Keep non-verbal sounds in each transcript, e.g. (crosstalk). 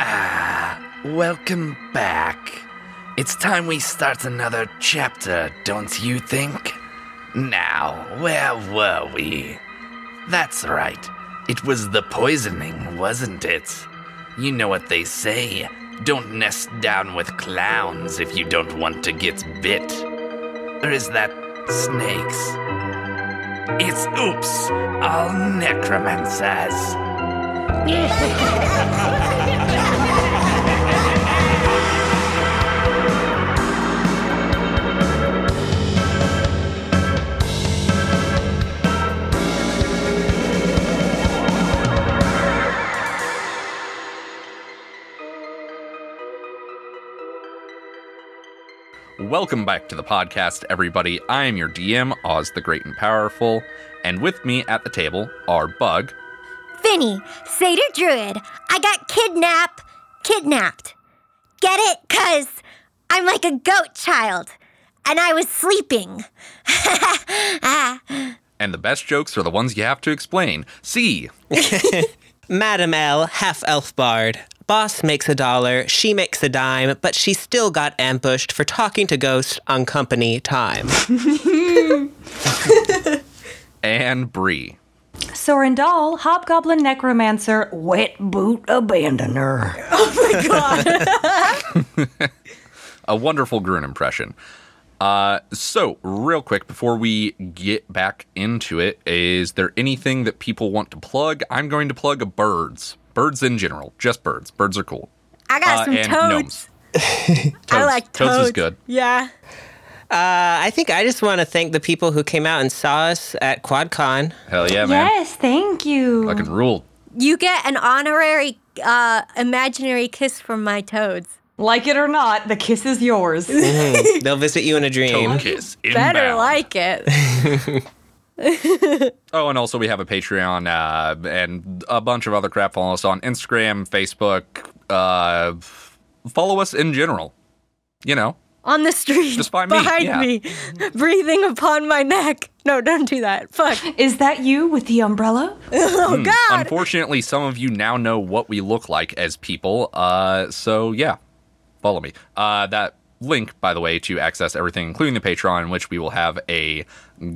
Ah, Welcome back. It's time we start another chapter, don't you think? Now, where were we? That's right. It was the poisoning, wasn't it? You know what they say don't nest down with clowns if you don't want to get bit. Or is that snakes? It's oops, all necromancers. Welcome back to the podcast, everybody. I am your DM, Oz the Great and Powerful, and with me at the table are Bug, Finny, Seder Druid, I got kidnapped. Kidnapped. Get it? Cuz I'm like a goat child. And I was sleeping. and the best jokes are the ones you have to explain. See, Madam L, half elf bard. Boss makes a dollar, she makes a dime, but she still got ambushed for talking to ghosts on company time. Uh, and Bree. Soren Dahl, Hobgoblin Necromancer, Wet Boot Abandoner. a wonderful Grun impression. Uh, so, real quick, before we get back into it, is there anything that people want to plug? I'm going to plug birds. Birds in general, just birds. Birds are cool. I got Uh, some and toads. gnomes. I like Toads toads. is good. Yeah. I think I just want to thank the people who came out and saw us at QuadCon. Hell yeah, man. Yes, thank you. Fucking rule. You get an honorary uh, imaginary kiss from my toads. Like it or not, the kiss is (laughs) yours. (laughs) They'll visit you in a dream. Kiss. Better inbound. (laughs) like it. Oh, and also we have a Patreon uh, and a bunch of other crap. Follow us on Instagram, Facebook. Uh, f- follow us in general. You know, On the street. Just by me, (laughs) Behind yeah. me. Breathing upon my neck. No, don't do that. Fuck. is that you with the umbrella? Oh, God. Hmm. unfortunately, some of you now know what we look like as people. Uh, so yeah, follow me. Uh, that link, by the way, to access everything, including the Patreon, in which we will have a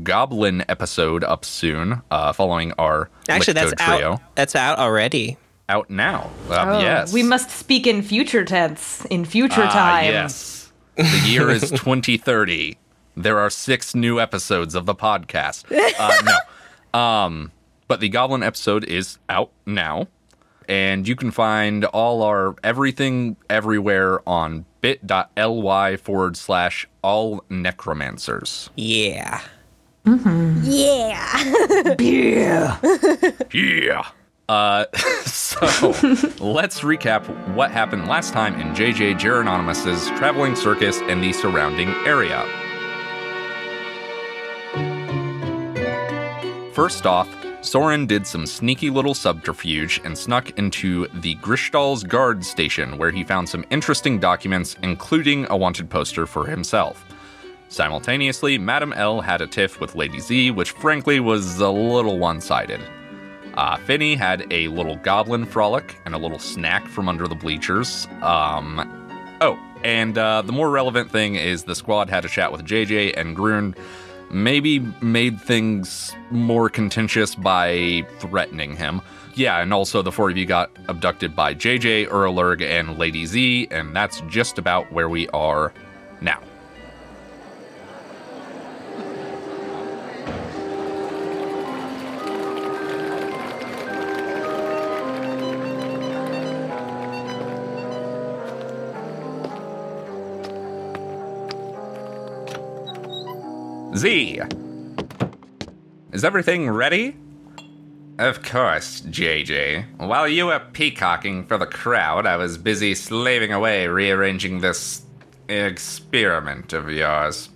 Goblin episode up soon, uh, following our Actually, that's Licto trio out. That's out already. out now. Um, Oh, yes, We must speak in future tense, in future Ah, time. yes. The year is 2030. There are six new episodes of the podcast. Uh, no. Um, but the Goblin episode is out now. And you can find all our everything everywhere on bit.ly forward slash all necromancers. Yeah. Yeah. (laughs) Yeah. Uh, (laughs) so let's recap what happened last time in JJ Gerononimus's traveling circus and the surrounding area. First off, Soren did some sneaky little subterfuge and snuck into the Grishtal's guard station where he found some interesting documents, including a wanted poster for himself. Simultaneously, Madame L had a tiff with Lady Z, which frankly was a little one sided. Uh, Finny had a little goblin frolic and a little snack from under the bleachers. Um, oh, and uh, the more relevant thing is the squad had a chat with JJ and Grun, maybe made things more contentious by threatening him. Yeah, and also the four of you got abducted by JJ, Urlurg, and Lady Z, and that's just about where we are now. Z. Is everything ready? Of course, JJ. While you were peacocking for the crowd, I was busy slaving away rearranging this experiment of yours.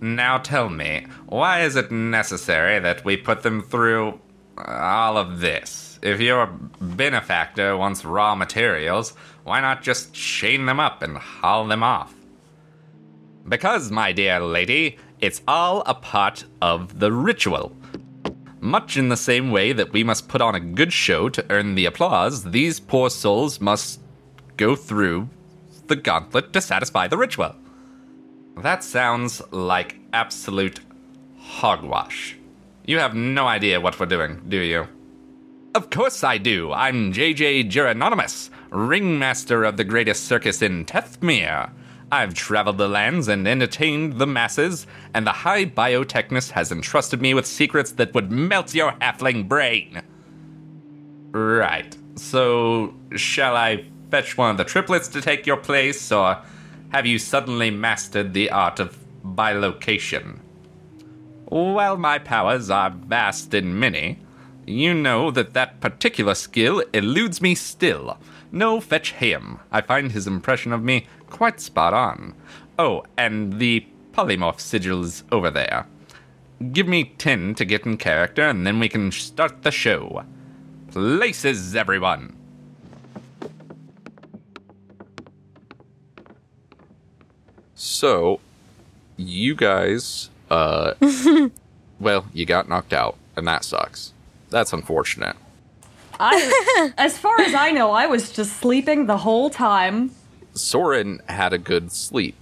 Now tell me, why is it necessary that we put them through all of this? If your benefactor wants raw materials, why not just chain them up and haul them off? Because, my dear lady, it's all a part of the ritual. Much in the same way that we must put on a good show to earn the applause, these poor souls must go through the gauntlet to satisfy the ritual. That sounds like absolute hogwash. You have no idea what we're doing, do you? Of course I do. I'm JJ Gerononimus, ringmaster of the greatest circus in Tethmere. I've traveled the lands and entertained the masses, and the High Biotechnist has entrusted me with secrets that would melt your halfling brain. Right. So, shall I fetch one of the triplets to take your place, or have you suddenly mastered the art of bilocation? While my powers are vast and many, you know that that particular skill eludes me still. No, fetch him. I find his impression of me quite spot on. Oh, and the polymorph sigils over there. Give me ten to get in character, and then we can start the show. Places, everyone! So, you guys, uh, well, you got knocked out, and that sucks. That's unfortunate. I, as far as I know, I was just sleeping the whole time. Soren had a good sleep.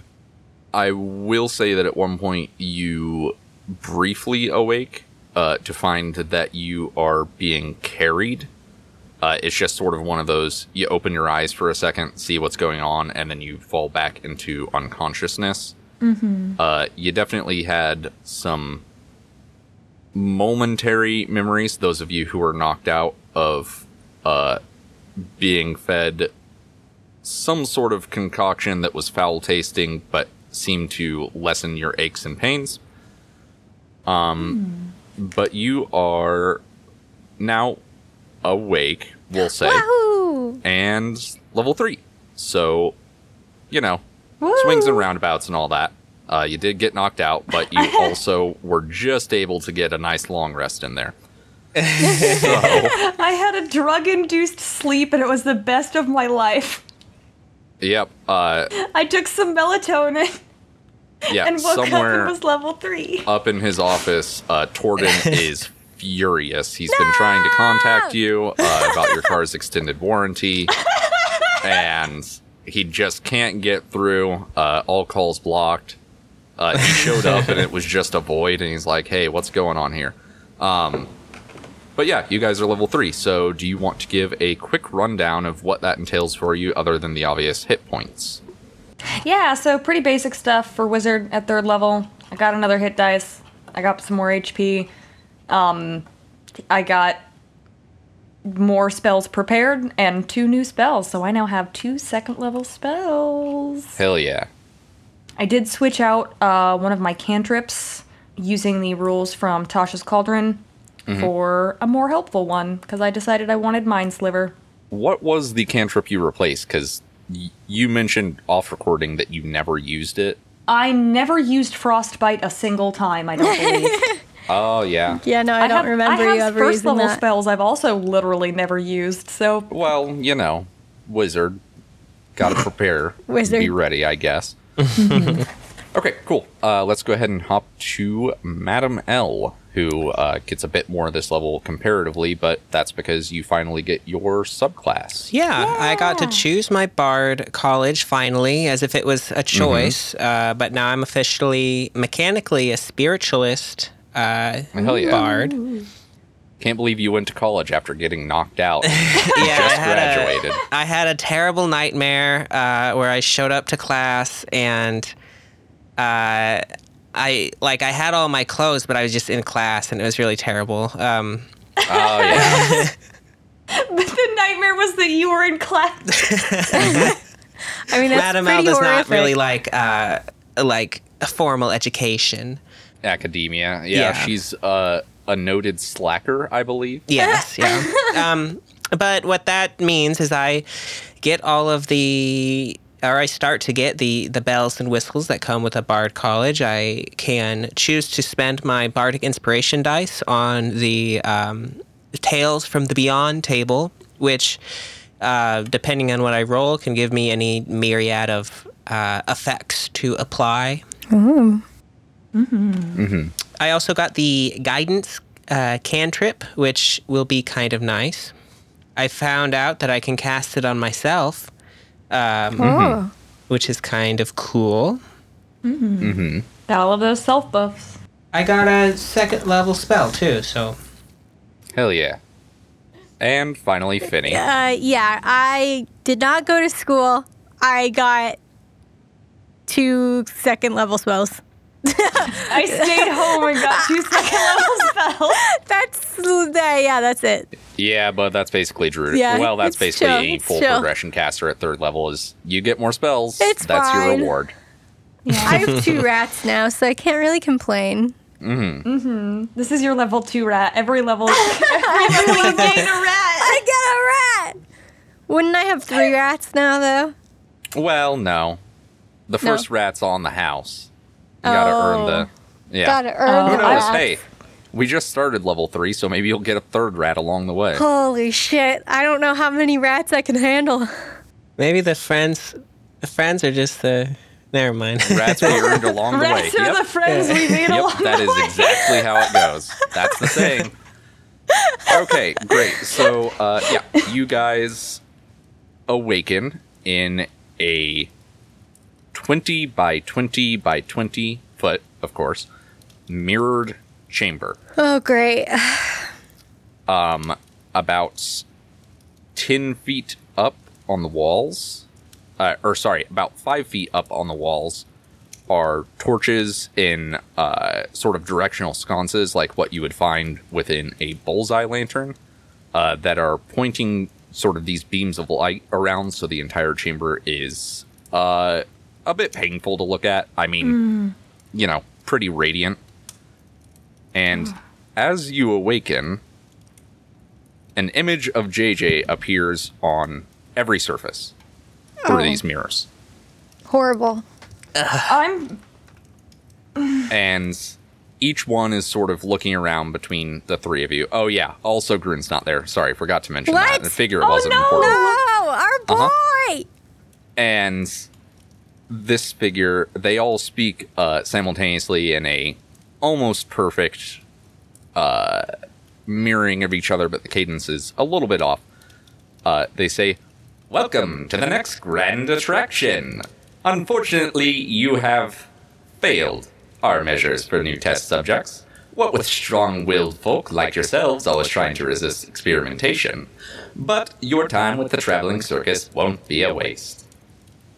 I will say that at one point you briefly awake uh, to find that you are being carried. Uh, it's just sort of one of those you open your eyes for a second, see what's going on, and then you fall back into unconsciousness. Uh, you definitely had some momentary memories, those of you who were knocked out, of uh, being fed some sort of concoction that was foul tasting but seemed to lessen your aches and pains. Um, But you are now awake, we'll say, Wahoo! and level three. So, you know, swings and roundabouts and all that. Uh, you did get knocked out, but you (laughs) also were just able to get a nice long rest in there. so, I had a drug induced sleep and it was the best of my life. yep. Uh, I took some melatonin yeah, and woke somewhere. up and was level three. up in his office, uh, Torden is furious. He's been trying to contact you uh, about your car's extended warranty, and he just can't get through. Uh, all calls blocked. Uh, he showed up and it was just a void, and he's like, "Hey, what's going on here?" Um, but yeah, you guys are level three. So, do you want to give a quick rundown of what that entails for you, other than the obvious hit points? Yeah, so pretty basic stuff for wizard at third level. I got another hit dice. I got some more HP. Um, I got more spells prepared and two new spells, so I now have two second level spells. Hell yeah! I did switch out uh, one of my cantrips using the rules from Tasha's Cauldron for a more helpful one because I decided I wanted Mind Sliver. what was the cantrip you replaced? Because y- you mentioned off recording that you never used it. I never used Frostbite a single time. I don't believe. Oh yeah. Yeah, no, I, don't have- remember I have you ever first using level that. spells I've also literally never used. So (laughs) Well, you know, wizard, (coughs) gotta prepare. Wizard. be ready, I guess. Mm-hmm. okay, cool. Uh, let's go ahead and hop to Madam L, who uh, gets a bit more of this level comparatively, but that's because you finally get your subclass. Yeah, I got to choose my bard college finally, as if it was a choice. Uh, but now I'm officially, mechanically, a spiritualist uh, Hell yeah! bard. Can't believe you went to college after getting knocked (laughs) out. Yeah, I had a- graduated. I had a terrible nightmare uh, where I showed up to class and uh, I like I had all my clothes, but I was just in class and it was really terrible. Um, Oh yeah. the nightmare was that you were in class. I mean, that's Madam Al pretty does horrific. not really like uh, like a formal education. academia. Yeah, Yeah. she's uh, a noted slacker, I believe. Yes, yeah. um, but what that means is I get all of the, or I start to get the the bells and whistles that come with a bard college. I can choose to spend my bardic inspiration dice on the um, tales from the beyond table, which. Uh, depending on what I roll, can give me any myriad of uh, effects to apply. I also got the guidance uh, cantrip, which will be kind of nice. I found out that I can cast it on myself, Oh, um, Mm-hmm. which is kind of cool. Mm-hmm. Mm-hmm. Got all of those self buffs. I got a second level spell too, so Hell yeah. And finally, Finny. Uh, yeah, I did not go to school. I got two second level spells. (laughs) I stayed home and got two second (laughs) level spells. That's that, yeah, that's it. Yeah, but that's basically Druid. Yeah, well, that's it's basically chill, a it's full chill. progression caster at third level. Is you get more spells. It's that's your fine. reward. I have two rats now, so I can't really complain. Mm-hmm. Mm-hmm. This is your level two rat. (laughs) Every level, every level you gain a rat. I get a rat. Wouldn't I have three rats now though? Well, no. The No. Oh. first rat's on the house. You gotta earn the. Yeah. Uh, Gotta earn Oh. Who the knows? rats. Hey, we just started level three, so maybe you'll get a third rat along the (laughs) way. Holy shit! I don't know how many rats I can handle. (laughs) maybe the friends the friends are just the never mind. Rats we earned along the way. Rats are Yep. the friends we (laughs) Yep, made along that the is way. exactly how it goes. That's the saying. Okay, great. So, uh, yeah, you guys awaken in a 20 by 20 by 20 foot, of course, mirrored chamber. Oh great! (sighs) Um, about 10 feet up on the walls, uh, or sorry, about 5 feet up on the walls are torches in uh, sort of directional sconces, like what you would find within a bullseye lantern, uh, that are pointing sort of these beams of light around, so the entire chamber is uh, a bit painful to look at. I mean, you know, pretty radiant. And as you awaken, an image of JJ appears on every surface through Oh. these mirrors. Horrible. I'm and each one is sort of looking around between the three of you. Oh yeah, also Grun's not there. Sorry, forgot to mention What? that. I figure it Oh, wasn't no! important. No, our boy. And this figure, they all speak uh, simultaneously in a almost perfect uh, mirroring of each other, but the cadence is a little bit off. Uh, they say, "Welcome to the next grand attraction. Unfortunately, you have failed our measures for new test subjects. What with strong willed folk like yourselves always trying to resist experimentation. But your time with the traveling circus won't be a waste.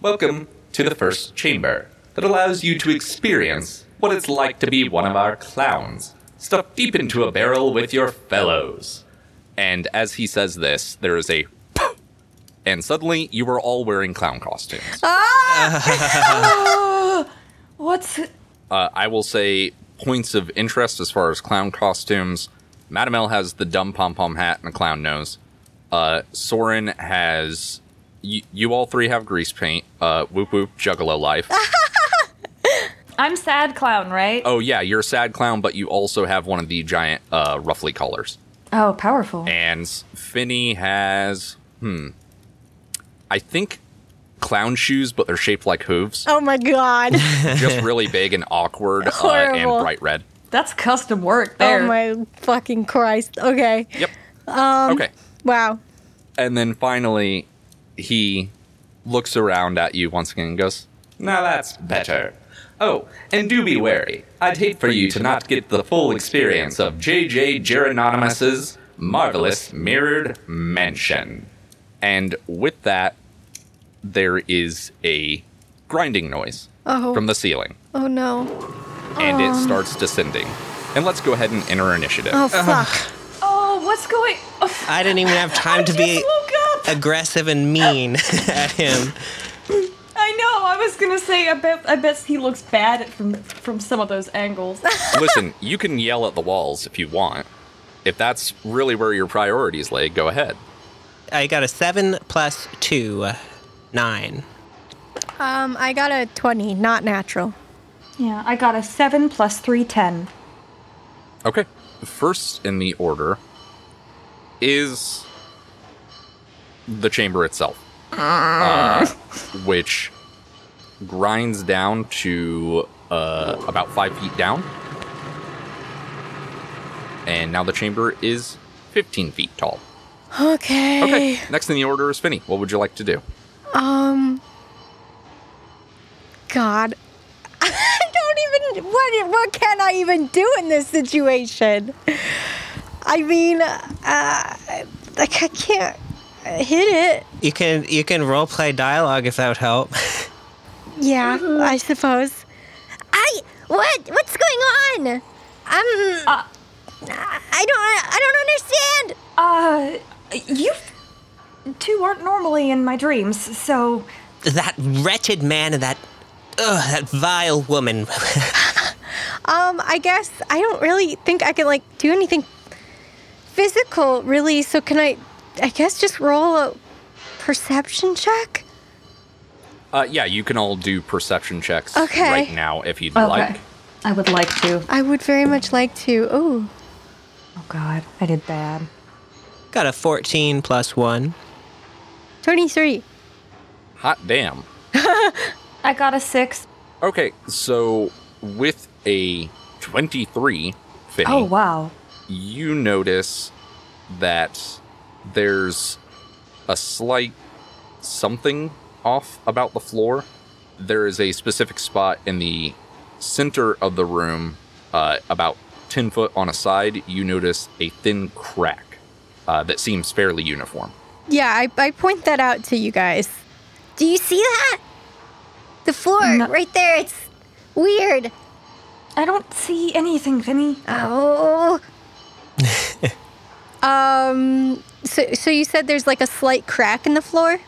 Welcome to the first chamber that allows you to experience what it's like to be one of our clowns, stuffed deep into a barrel with your fellows. And as he says this, there is a (laughs) and suddenly you are all wearing clown costumes. Ah! what's Uh, I will say points of interest as far as clown costumes. Madame L has the dumb pom pom hat and a clown nose. Uh, Soren has. Y- you all three have grease paint. Uh, whoop whoop, juggalo life. I'm sad clown, right? oh, yeah, you're a sad clown, but you also have one of the giant, uh, ruffly collars. Oh, powerful. And Finny has. Hmm. I think clown shoes, but they're shaped like hooves. oh my god! (laughs) Just really big and awkward uh, and Horrible. bright red. That's custom work there. oh my fucking Christ! Okay. Yep. Um, okay. Wow. And then finally, he looks around at you once again and goes, Now that's better. Oh, and do be wary. I'd hate for you to not get the full experience of J.J. Geronimus's marvelous mirrored mansion. And with that, there is a grinding noise Oh. from the ceiling, Oh no. and it starts descending. And let's go ahead and enter initiative. Oh fuck. Oh, what's going? (laughs) Oh, I didn't even have time to (laughs) I be just woke up. aggressive and mean (laughs) at him. I know. I was gonna say. I bet. I bet he looks bad at, from from some of those (laughs) angles. Listen, you can yell at the walls if you want. If that's really where your priorities lay, go ahead. I got a seven plus two, uh, nine. Um, I got a twenty, not natural. yeah, I got a seven plus three ten. Okay. First in the order is the chamber itself, uh, which grinds down to uh, about five feet down. And now the chamber is 15 feet tall. Okay. Eh. Okay. Next in the order is Finny. What would you like to do? Um, God. (laughs) I don't even. What, what can I even do in this situation? I mean, uh, like, I can't hit it. You can you can role play dialogue if that would help. (laughs) Yeah, Mm-hmm. I suppose. I what what's going on? I'm Uh, I don't I don't understand. Uh, you two aren't normally in my dreams, so that wretched man and that ugh, that vile woman. (laughs) Um, I guess I don't really think I can like do anything physical really. So can I? I guess just roll a perception check. Uh, yeah, you can all do perception checks Okay. right now if you'd okay. like. I would like to. I would very much like to. Oh, Oh God, I did bad. Got a 14 plus one. 23. Hot damn. I got a six. Okay, so with a 23, Finny, Oh wow. you notice that there's a slight something off about the floor. There is a specific spot in the center of the room, uh, about 10 foot on a side, you notice a thin crack uh, that seems fairly uniform. Yeah, I, I point that out to you guys. Do you see that? The floor No. right there. It's weird. I don't see anything, Finny. Oh. (laughs) um. So so you said there's like a slight crack in the floor.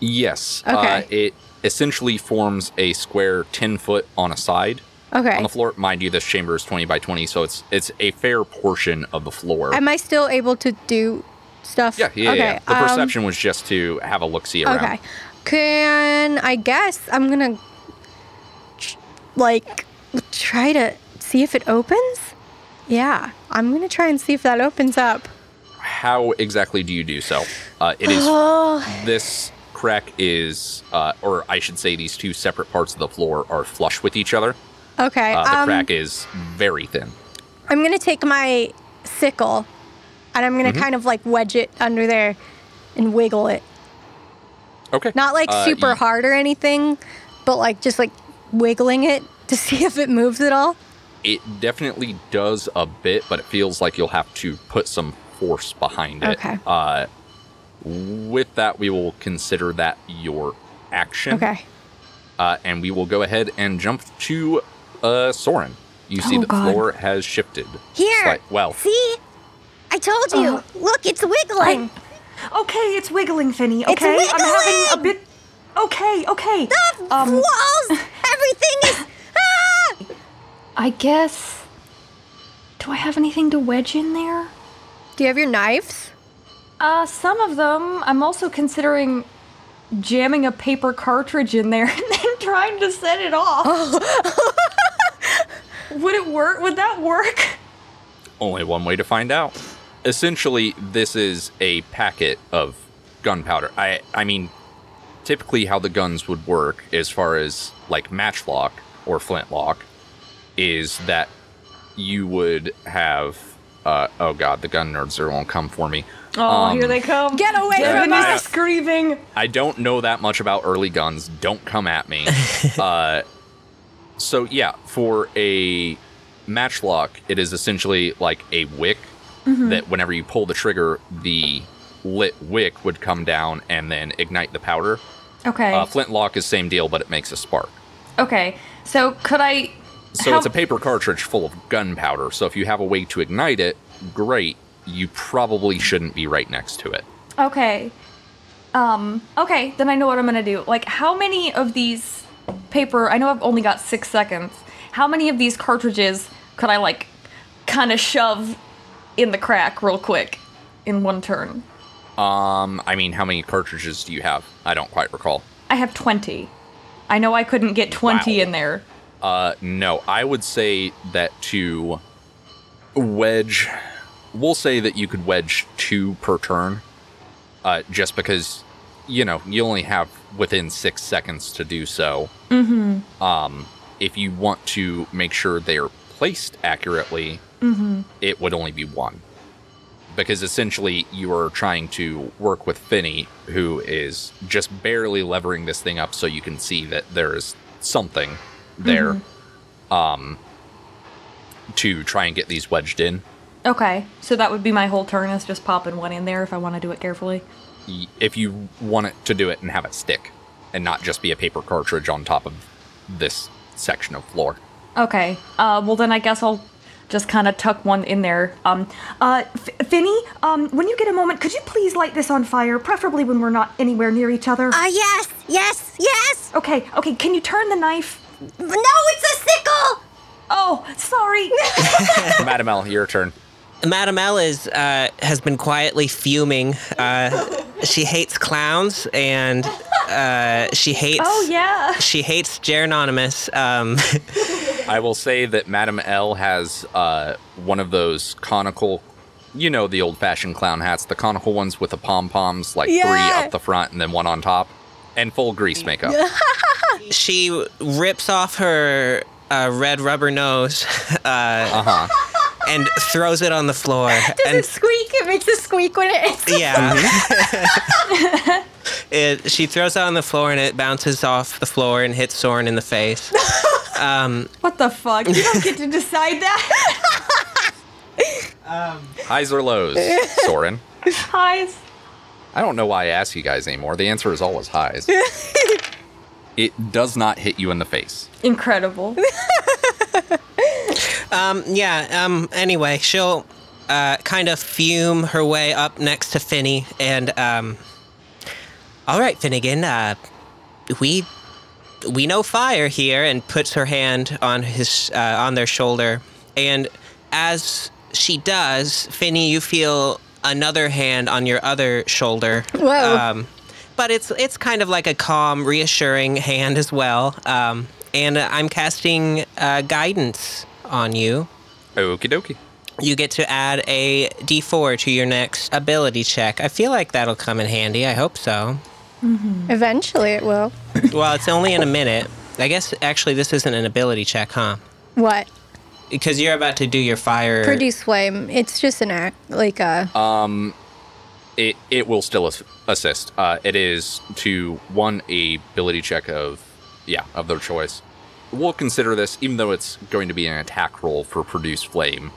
Yes. Uh, Okay. it essentially forms a square 10 foot on a side Okay. on the floor. Mind you, this chamber is 20 by 20, so it's it's a fair portion of the floor. Am I still able to do stuff? yeah, yeah, okay. yeah. The um, perception was just to have a look see around. Okay. Can I guess I'm gonna tr- like try to see if it opens? Yeah, I'm gonna try and see if that opens up. How exactly do you do so? Uh, it (gasps) is Oh, this crack is, uh, or I should say, these two separate parts of the floor are flush with each other. okay. Uh, the um, crack is very thin. I'm gonna take my sickle, and I'm gonna kind of like wedge it under there and wiggle it. Okay. Not like Uh, super you- hard or anything, but like just like wiggling it (laughs) to see if it moves at all. It definitely does a bit, but it feels like you'll have to put some force behind it. Okay. Uh, with that, we will consider that your action. Okay. Uh, and we will go ahead and jump to uh, Soren. You see Oh, that God. the floor has shifted. Here. slight- well, See? I told you. Look, it's wiggling. Okay, it's wiggling, Finny. Okay, I'm having a wiggling! bit. Okay, okay. Um, the (laughs) walls, everything is. Ah! I guess. Do I have anything to wedge in there? (laughs) Do you have your knives? Uh, some of them. I'm also considering jamming a paper cartridge in there (laughs) and then trying to set it off. Oh. (laughs) Would it work? Would that work? only one way to find out. Essentially, this is a packet of gunpowder. I, I mean, typically how the guns would work, as far as like matchlock or flintlock, is that you would have. Uh, oh God, the gun nerds are gonna come for me. Oh, here they come. Get away from Devin us. is grieving. I don't know that much about early guns. Don't come at me. uh, so yeah, for a matchlock, it is essentially like a wick that whenever you pull the trigger, the lit wick would come down and then ignite the powder. Okay. Uh, flintlock is same deal, but it makes a spark. okay. So could I? So how- it's a paper cartridge full of gunpowder. So if you have a way to ignite it, great. You probably shouldn't be right next to it. Okay. Um, okay, then I know what I'm gonna do. Like, how many of these paper, I know I've only got six seconds, how many of these cartridges could I, like, kind of shove in the crack real quick in one turn? Um, I mean, how many cartridges do you have? I don't quite recall. I have 20. I know I couldn't get 20 Wow. in there. Uh, no, I would say that to wedge, we'll say that you could wedge two per turn, uh, just because you know you only have within six seconds to do so. Mm-hmm. Um, if you want to make sure they're placed accurately, it would only be one, because essentially you are trying to work with Finny, who is just barely levering this thing up so you can see that there is something there um, to try and get these wedged in. Okay, so that would be my whole turn is just popping one in there if I want to do it carefully. Y- If you want it to do it and have it stick and not just be a paper cartridge on top of this section of floor. Okay. Uh, well, then I guess I'll just kind of tuck one in there. Um, uh, F- Finny, um, when you get a moment, could you please light this on fire, preferably when we're not anywhere near each other? Ah, yes, yes, yes. okay. Okay. Can you turn the knife? No, it's a sickle. Oh, (laughs) sorry. Madam L, your turn. Madame L is uh, has been quietly fuming. Uh, she hates clowns and uh, she hates. oh yeah. She hates Gerononimus. Um, (laughs) I will say that Madam L has uh, one of those conical, you know, the old fashioned clown hats, the conical ones with the pom poms, like Yeah. three up the front and then one on top, and full grease makeup. she rips off her uh, red rubber nose (laughs) uh, Uh huh. and throws it on the (laughs) floor. Does and it squeak? It makes a squeak when it hits. yeah. (laughs) it, she throws it on the floor and it bounces off the floor and hits Soren in the face. What the fuck? You don't (laughs) get to decide that. Highs or lows, Soren? Highs. I don't know why I ask you guys anymore. The answer is always highs. it does not hit you in the face. Incredible. Yeah. Um. Anyway, she'll uh, kind of fume her way up next to Finny, and um. All right, Finnegan. Uh, we we know fire here, and puts her hand on his uh, on their shoulder, and as she does, Finny, you feel another hand on your other shoulder. Whoa. Um, but it's it's kind of like a calm, reassuring hand as well. Um, and I'm casting uh, guidance on you. Okie dokie. You get to add a d4 to your next ability check. I feel like that'll come in handy. I hope so. Eventually it will. well, it's only in a minute. I guess actually this isn't an ability check, huh? What? Because you're about to do your fire. Produce flame. It's just an act, like a. It, it will still as- assist. Uh, it is to one a ability check of yeah of their choice. We'll consider this, even though it's going to be an attack roll for produce flame.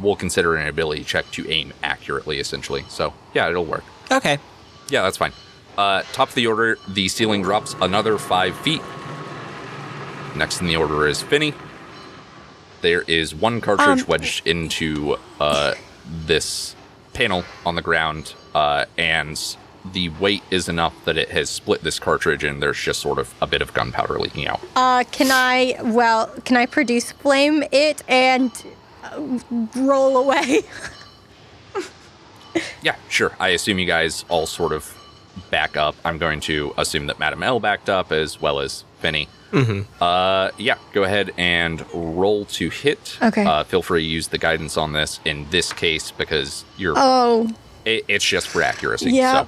We'll consider it an ability check to aim accurately, essentially. So yeah, it'll work. Okay. Yeah, that's fine. Uh, top of the order, the ceiling drops another five feet. Next in the order is Finny. There is one cartridge wedged into uh, this panel on the ground, uh, and the weight is enough that it has split this cartridge, and there's just sort of a bit of gunpowder leaking out. Uh, can I? Well, can I produce flame it and uh, roll away? (laughs) Yeah, sure. I assume you guys all sort of back up. I'm going to assume that Madam L backed up as well as Finny. Mm-hmm. Uh, yeah, go ahead and roll to hit. Okay. Uh, feel free to use the guidance on this in this case because you're. Oh, It, it's just for accuracy. Yeah.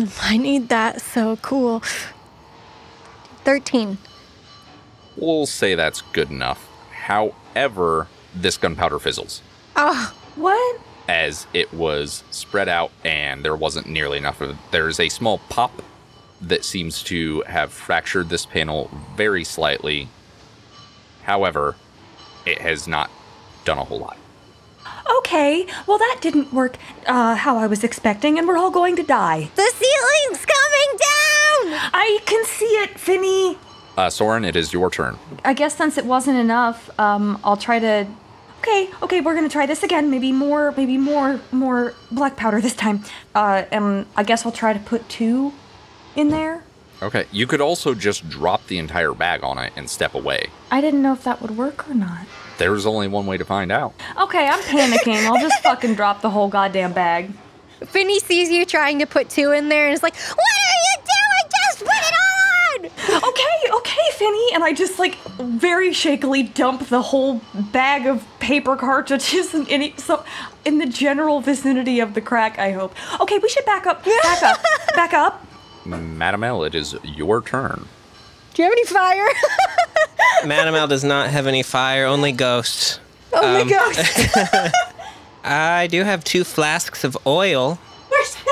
So I need that. So cool. Thirteen. we'll say that's good enough. However, this gunpowder fizzles what? as it was spread out and there wasn't nearly enough of it. There's a small pop that seems to have fractured this panel very slightly. However, it has not done a whole lot. Okay. Well, that didn't work uh, how I was expecting, and we're all going to die. The ceiling's coming down. I can see it, Finny. Uh, Soren, it is your turn. I guess since it wasn't enough, um, I'll try to. Okay, okay, we're gonna try this again. Maybe more, maybe more, more black powder this time. Uh, and I guess I'll try to put two in there. Okay, you could also just drop the entire bag on it and step away. I didn't know if that would work or not. There's only one way to find out. Okay, I'm panicking. I'll just fucking drop the whole goddamn bag. Finny sees you trying to put two in there and is like, What are you doing? Just put it all on. Okay, okay, Finny. And I just like very shakily dump the whole bag of paper cartridges in any so in the general vicinity of the crack. I hope. Okay, we should back up, back up, back up. Madam L, it is your turn. "Do you have any fire?" (laughs) Madame L does not have any fire, only ghosts. Um, oh my gosh. (laughs) I do have two flasks of oil.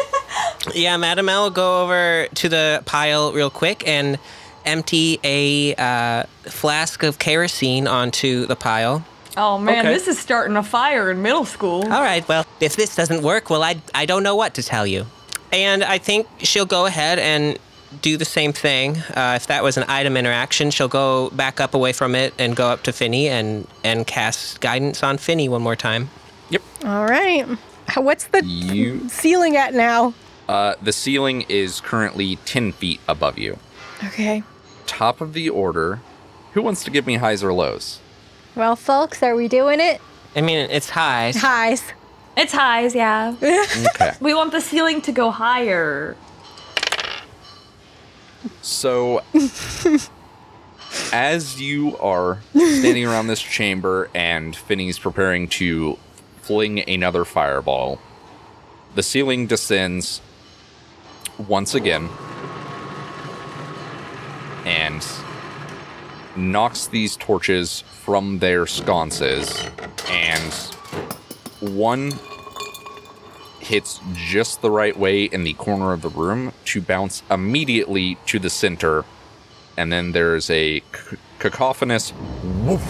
(laughs) yeah, Madame L, go over to the pile real quick and empty a uh, flask of kerosene onto the pile. Oh man, this is starting a fire in middle school. All right, well, if this doesn't work, well, I, I don't know what to tell you. And I think she'll go ahead and do the same thing. Uh, if that was an item interaction, she'll go back up away from it and go up to Finny and, and cast guidance on Finny one more time. Yep. All right. How- What's the You- ceiling at now? Uh, The ceiling is currently 10 feet above you. Okay. Top of the order. Who wants to give me highs or lows? Well, folks, are we doing it? I mean, it's high. so- Highs. It's highs, yeah. Okay. we want the ceiling to go higher. So, as you are standing around this chamber and Finney's preparing to fling another fireball, the ceiling descends once again and knocks these torches from their sconces, and one hits just the right way in the corner of the room to bounce immediately to the center. And then there's a c- cacophonous woof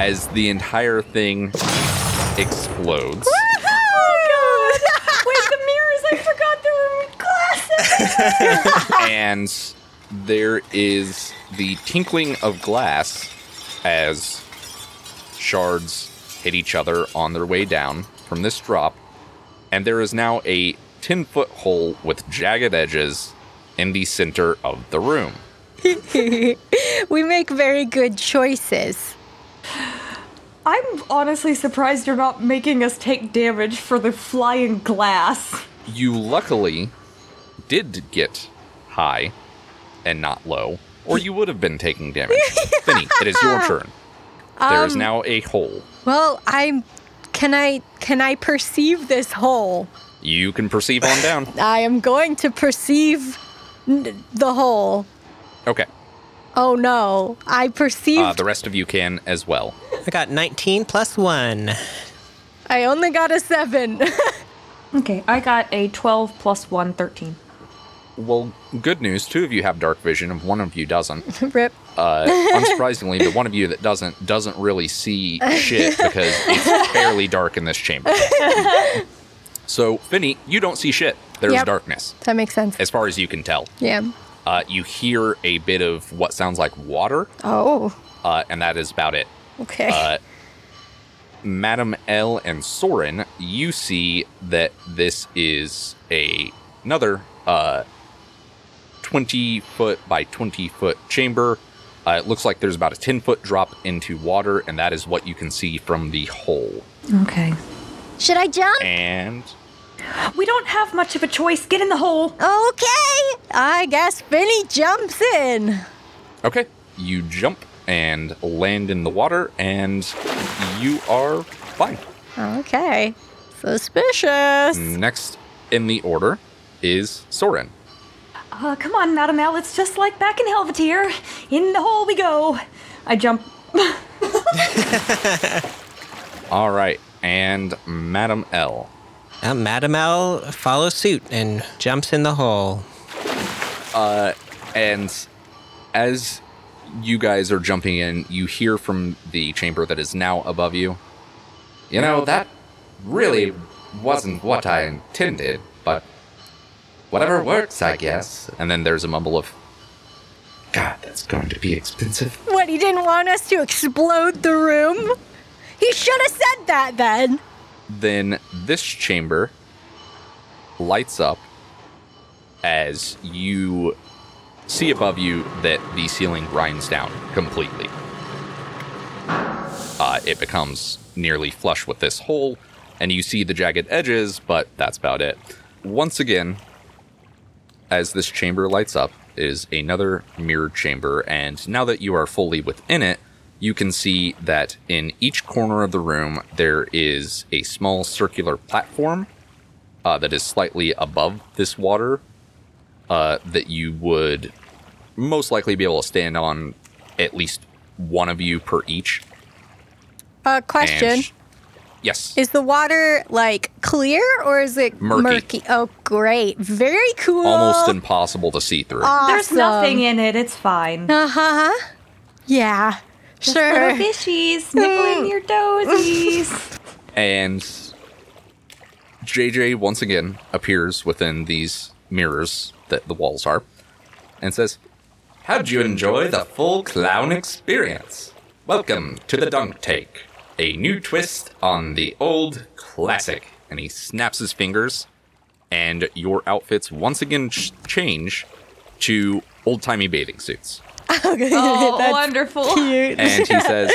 as the entire thing explodes. (laughs) Oh god! Wait, the mirrors! I forgot there were glasses. and there is the tinkling of glass as shards hit each other on their way down from this drop. And there is now a 10 foot hole with jagged edges in the center of the room. We make very good choices. I'm honestly surprised you're not making us take damage for the flying glass. You luckily did get high and not low, or you would have been taking damage. Finny, it is your turn. There is now a hole. Well, I'm. Can I can I perceive this hole? You can perceive on down. I am going to perceive n- the hole. Okay. Oh no! I perceived. Uh, the rest of you can as well. I got 19 plus 1. I only got a seven. (laughs) Okay, I got a 12 plus 1, 13. Well, good news. Two of you have dark vision, and one of you doesn't. Rip. Uh, unsurprisingly, the one of you that doesn't doesn't really see shit because it's fairly dark in this chamber. So, Finny, you don't see shit. There's Yep. darkness, That makes sense. as far as you can tell. Yeah. Uh, you hear a bit of what sounds like water, Oh. uh, and that is about it. Okay. Uh, Madam L and Soren, you see that this is a another uh, twenty foot by twenty foot chamber. Uh, it looks like there's about a ten foot drop into water, and that is what you can see from the hole. Okay. Should I jump? And We don't have much of a choice. Get in the hole. okay. I guess Finny jumps in. okay, you jump and land in the water, and you are fine. Okay. Suspicious. Hmm. Next in the order is Soren. Uh, come on, Madam L. It's just like back in Helveteer. In the hole we go. I jump. All right, and Madam L. Uh, Madam L follows suit and jumps in the hole. Uh, And as you guys are jumping in, you hear from the chamber that is now above you. You know, that really wasn't what I intended, but whatever works, I guess. And then there's a mumble of, God, that's going to be expensive. What, he didn't want us to explode the room? He should have said that then. Then this chamber lights up as you see above you that the ceiling grinds down completely. Uh, it becomes nearly flush with this hole, and you see the jagged edges, but that's about it. Once again, as this chamber lights up, is another mirrored chamber, and now that you are fully within it, you can see that in each corner of the room there is a small circular platform uh, that is slightly above this water uh, that you would most likely be able to stand on at least one of you per each. Uh, And question. sh- Yes. Is the water like clear or is it Murky. Oh, great. Very cool. Almost impossible to see through. There's Awesome. nothing in it. It's fine. Uh huh. Yeah. Sure. Little fishies nibbling (laughs) your (laughs) dozies. and JJ once again appears within these mirrors that the walls are and says, How'd you enjoy the full clown experience? Welcome to the Dunk Take, a new twist on the old classic. And he snaps his fingers, and your outfits once again ch- change to old timey bathing suits. (laughs) Okay. Oh, (laughs) That's wonderful. cute. And (laughs) he says,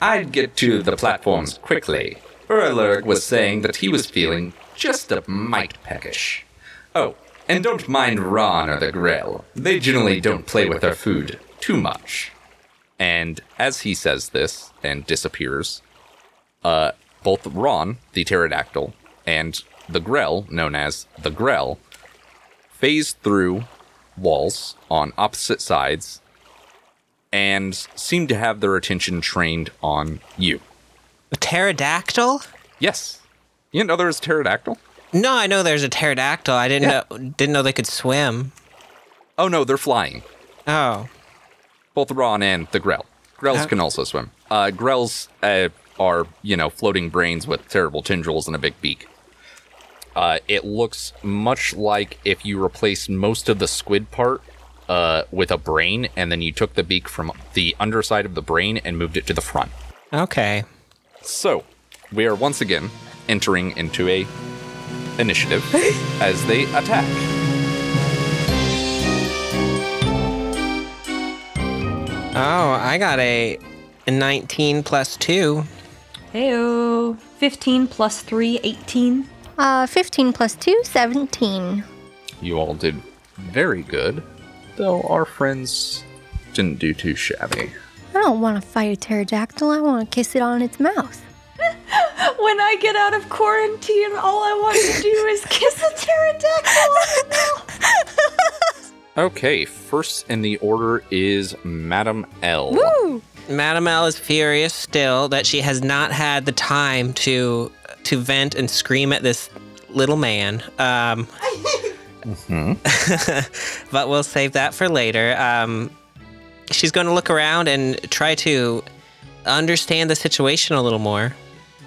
I'd get to the platforms quickly. Erlerg was saying that he was feeling just a mite peckish. Oh, and don't mind Ron or the Grail. They generally don't play with their food too much. And as he says this and disappears, uh, both Ron, the pterodactyl, and the Grell, known as the Grell, phase through walls on opposite sides and seem to have their attention trained on you. A pterodactyl? Yes. You didn't know there was a pterodactyl? No, I know there's a pterodactyl. I didn't know didn't know they could swim. Oh no, they're flying. Oh. Both Ron and the Grell. Grells Huh? can also swim. Uh, Grells uh, are, you know, floating brains with terrible tendrils and a big beak. Uh, it looks much like if you replace most of the squid part uh, with a brain, and then you took the beak from the underside of the brain and moved it to the front. Okay. So, we are once again entering into a initiative as they attack. Oh, I got a a 19 plus 2. Heyo. 15 plus 3, 18. Uh, 15 plus 2, 17. You all did very good, though our friends didn't do too shabby. I don't want to fight a pterodactyl. I want to kiss it on its mouth. When I get out of quarantine, all I want to (laughs) do is kiss a pterodactyl. Okay, first in the order is Madame L. Madame L is furious still that she has not had the time to to vent and scream at this little man. Um, (laughs) but we'll save that for later. Um, she's going to look around and try to understand the situation a little more.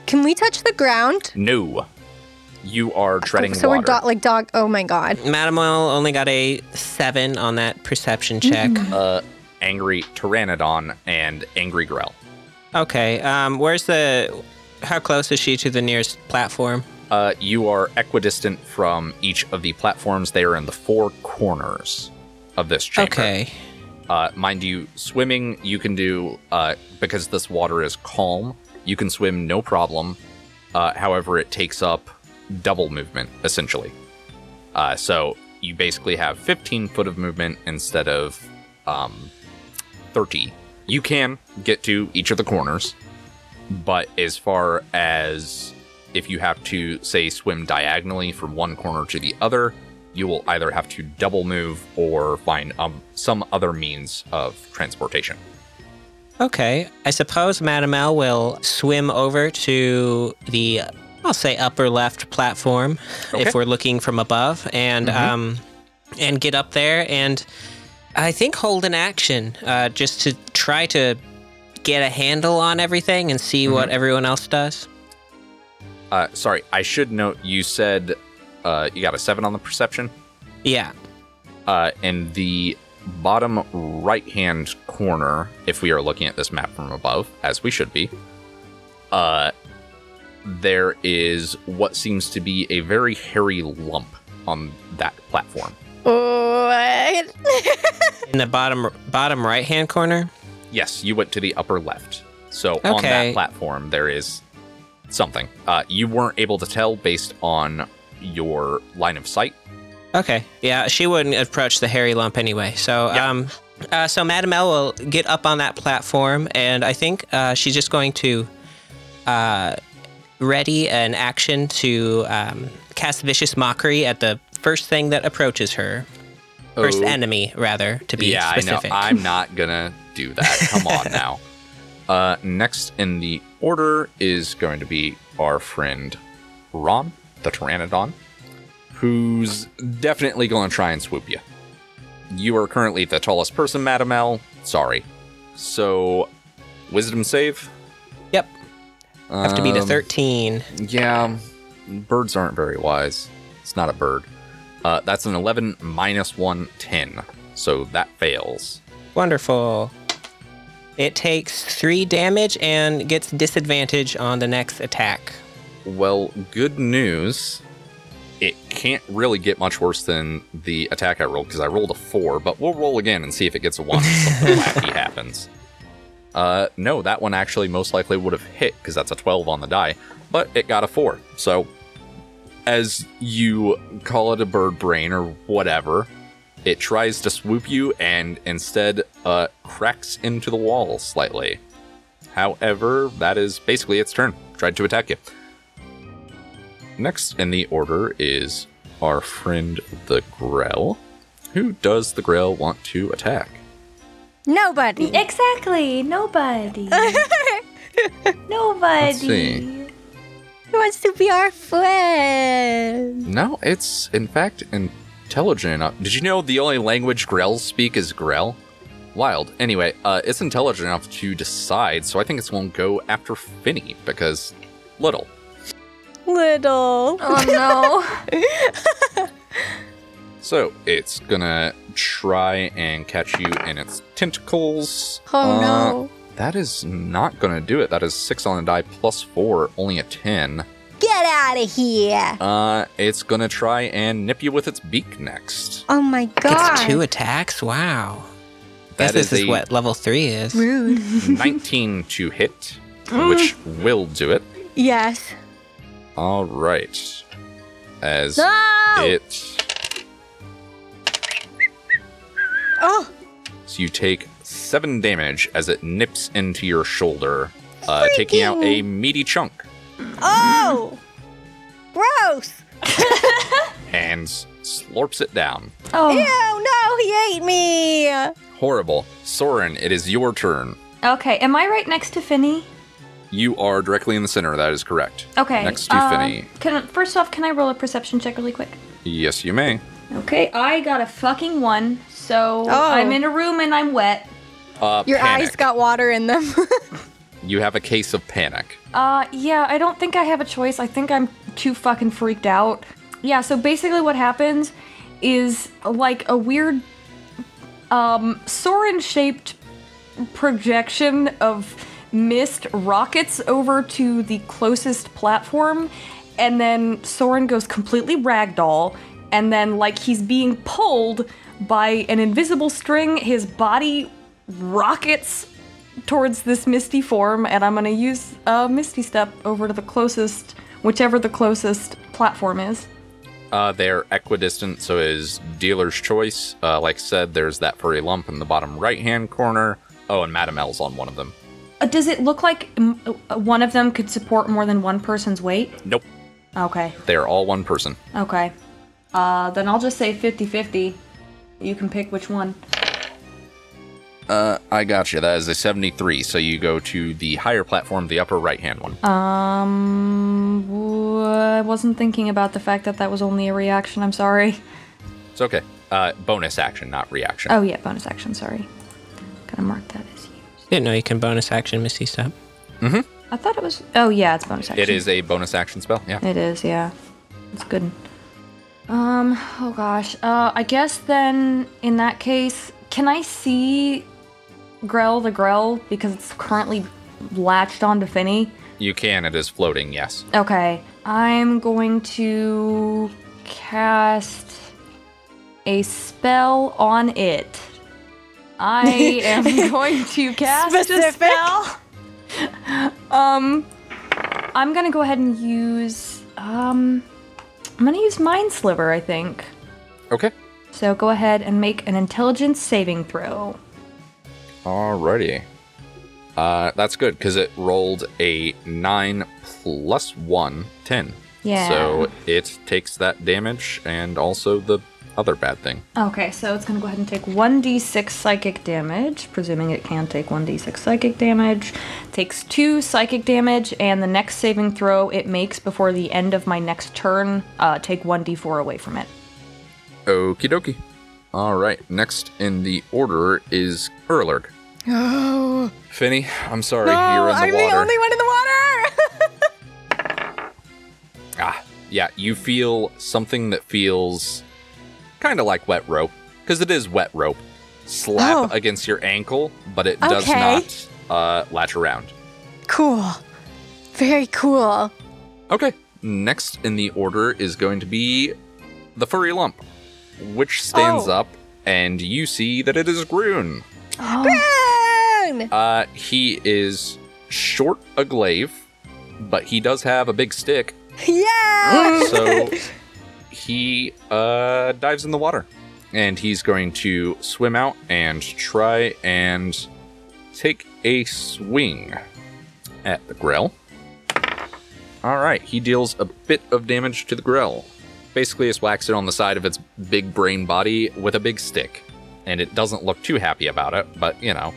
Can we touch the ground? No, you are treading so water. we're do- like dog. Oh my god. Madame L only got a seven on that perception check. Mm-hmm. Uh, angry Pteranodon and Angry Grell. Okay. Um, where's the? How close is she to the nearest platform? Uh, you are equidistant from each of the platforms. They are in the four corners of this chamber. Okay. Uh, mind you, swimming you can do uh, because this water is calm. You can swim no problem. Uh, however, it takes up double movement essentially. Uh, so you basically have 15 foot of movement instead of um, 30. You can get to each of the corners, but as far as if you have to say swim diagonally from one corner to the other, you will either have to double move or find um, some other means of transportation. Okay. I suppose Madame L will swim over to the, I'll say upper left platform, Okay. Mm-hmm. if we're looking from above, and um, and get up there and I think hold an action uh, just to try to get a handle on everything and see Mm-hmm. what everyone else does. Uh, sorry, I should note you said uh, you got a seven on the perception. Yeah. Uh, in the bottom right hand corner, if we are looking at this map from above, as we should be, uh, there is what seems to be a very hairy lump on that platform. What? In the bottom bottom right hand corner. Yes, you went to the upper left. So on that Okay. platform, there is something. Uh, you weren't able to tell based on your line of sight. Okay. Yeah, she wouldn't approach the hairy lump anyway. So, Yeah. um, uh, so Madame L will get up on that platform, and I think uh, she's just going to uh, ready an action to um, cast vicious mockery at the first thing that approaches her, first Oh. enemy rather, to be yeah, specific. (laughs) I know. I'm not gonna do that. Come on now. Uh, next in the order is going to be our friend Ron, the Pteranodon, who's definitely going to try and swoop you. You are currently the tallest person, Madam L. Sorry. So, wisdom save. Yep. Have to beat um, a 13. Yeah, birds aren't very wise. It's not a bird. Uh, that's an 11 minus 1, 10. So that fails. Wonderful. It takes three damage and gets disadvantage on the next attack. Well, good news. It can't really get much worse than the attack I rolled because I rolled a 4, but we'll roll again and see if it gets a 1 or something wacky happens. Uh, no, that one actually most likely would have hit because that's a 12 on the die, but it got a 4. So, as you call it a bird brain or whatever, it tries to swoop you and instead uh, cracks into the wall slightly. However, that is basically its turn. Tried to attack you. Next in the order is our friend the Grell. Who does the Grell want to attack? Nobody. Exactly. (laughs) Nobody. Nobody. Let's see. Who wants to be our friend? No, it's in fact intelligent. Uh, Did you know the only language Grells speak is Grell? Wild. Anyway, uh, it's intelligent enough to decide, so I think it's going to go after Finny because little. Little. Uh, Oh no. So it's gonna try and catch you in its tentacles. Uh, Oh, no. That is not gonna do it. That is six on the die plus four, only a ten. Get out of here. Uh, it's gonna try and nip you with its beak next. Oh my god. Gets two attacks. Wow. Guess That this is is a (laughs) what level three is. Rude. 19 to hit, which will do it. (laughs) Yes. All right. As No! it, Oh, so you take seven damage as it nips into your shoulder, uh, taking out a meaty chunk. oh. Gross. and slurps it down. Oh, Oh no, he ate me. Horrible. Soren, it is your turn. okay. Am I right next to Finny? You are directly in the center, that is correct. Okay. Next to uh, Finny. Can first off, can I roll a perception check really quick? Yes, you may. Okay, I got a fucking one, so Oh. I'm in a room and I'm wet. Uh, Your panic. eyes got water in them. You have a case of panic. Uh, yeah, I don't think I have a choice. I think I'm too fucking freaked out. Yeah, so basically what happens is like a weird, um, Sorin shaped projection of mist rockets over to the closest platform, and then Soren goes completely ragdoll, and then, like, he's being pulled by an invisible string, his body rockets towards this misty form, and I'm gonna use a misty step over to the closest, whichever the closest platform is. Uh, they're equidistant, so it is dealer's choice. Uh, like said, there's that furry lump in the bottom right hand corner. Oh, and Madame L's on one of them. Uh, Does it look like mm, uh, one of them could support more than one person's weight? Nope. Okay, They are all one person. okay. Uh, then I'll just say 50 50. You can pick which one. Uh, I got you. That is a 73, so you go to the higher platform, the upper right hand one. Um, w- I wasn't thinking about the fact that that was only a reaction, I'm sorry. It's okay. Uh, bonus action, not reaction. Oh, yeah, bonus action, sorry. Gonna mark that as you. Didn't know you can bonus action Misty Step. I thought it was. Oh, yeah, it's bonus action. It is a bonus action spell. Yeah. It is, yeah. It's good. Um, oh gosh. Uh, I guess then in that case, can I see Grell the Grell because it's currently latched onto Finny? You can. It is floating. Yes. Okay. I'm going to cast a spell on it. I am going to cast a spell. um I'm going to go ahead and use um I'm going to use mind sliver, I think. Okay. So go ahead and make an intelligence saving throw. Alrighty. Uh, that's good because it rolled a nine plus one, ten. Yeah. So it takes that damage and also the Other bad thing. Okay, so it's gonna go ahead and take 1d6 psychic damage, presuming it can take 1d6 psychic damage. Takes 2 psychic damage, and the next saving throw it makes before the end of my next turn, uh, take 1d4 away from it. Okie dokie. All right. Next in the order is Erlerg. Finny, I'm sorry. you're in the (laughs) water. I'm the only one in the water. (laughs) Ah, yeah, you feel something that feels kind of like wet rope, because it is wet rope. Slap Oh. against your ankle, but it does Okay. not uh, latch around. cool. Very cool. Okay, next in the order is going to be the furry lump, which stands Oh. up, and you see that it is Groon. Groon! Uh, he is short a glaive, but he does have a big stick, Yeah! so he uh, dives in the water and he's going to swim out and try and take a swing at the grell all right he deals a bit of damage to the grell basically just whacks it on the side of its big brain body with a big stick and it doesn't look too happy about it but you know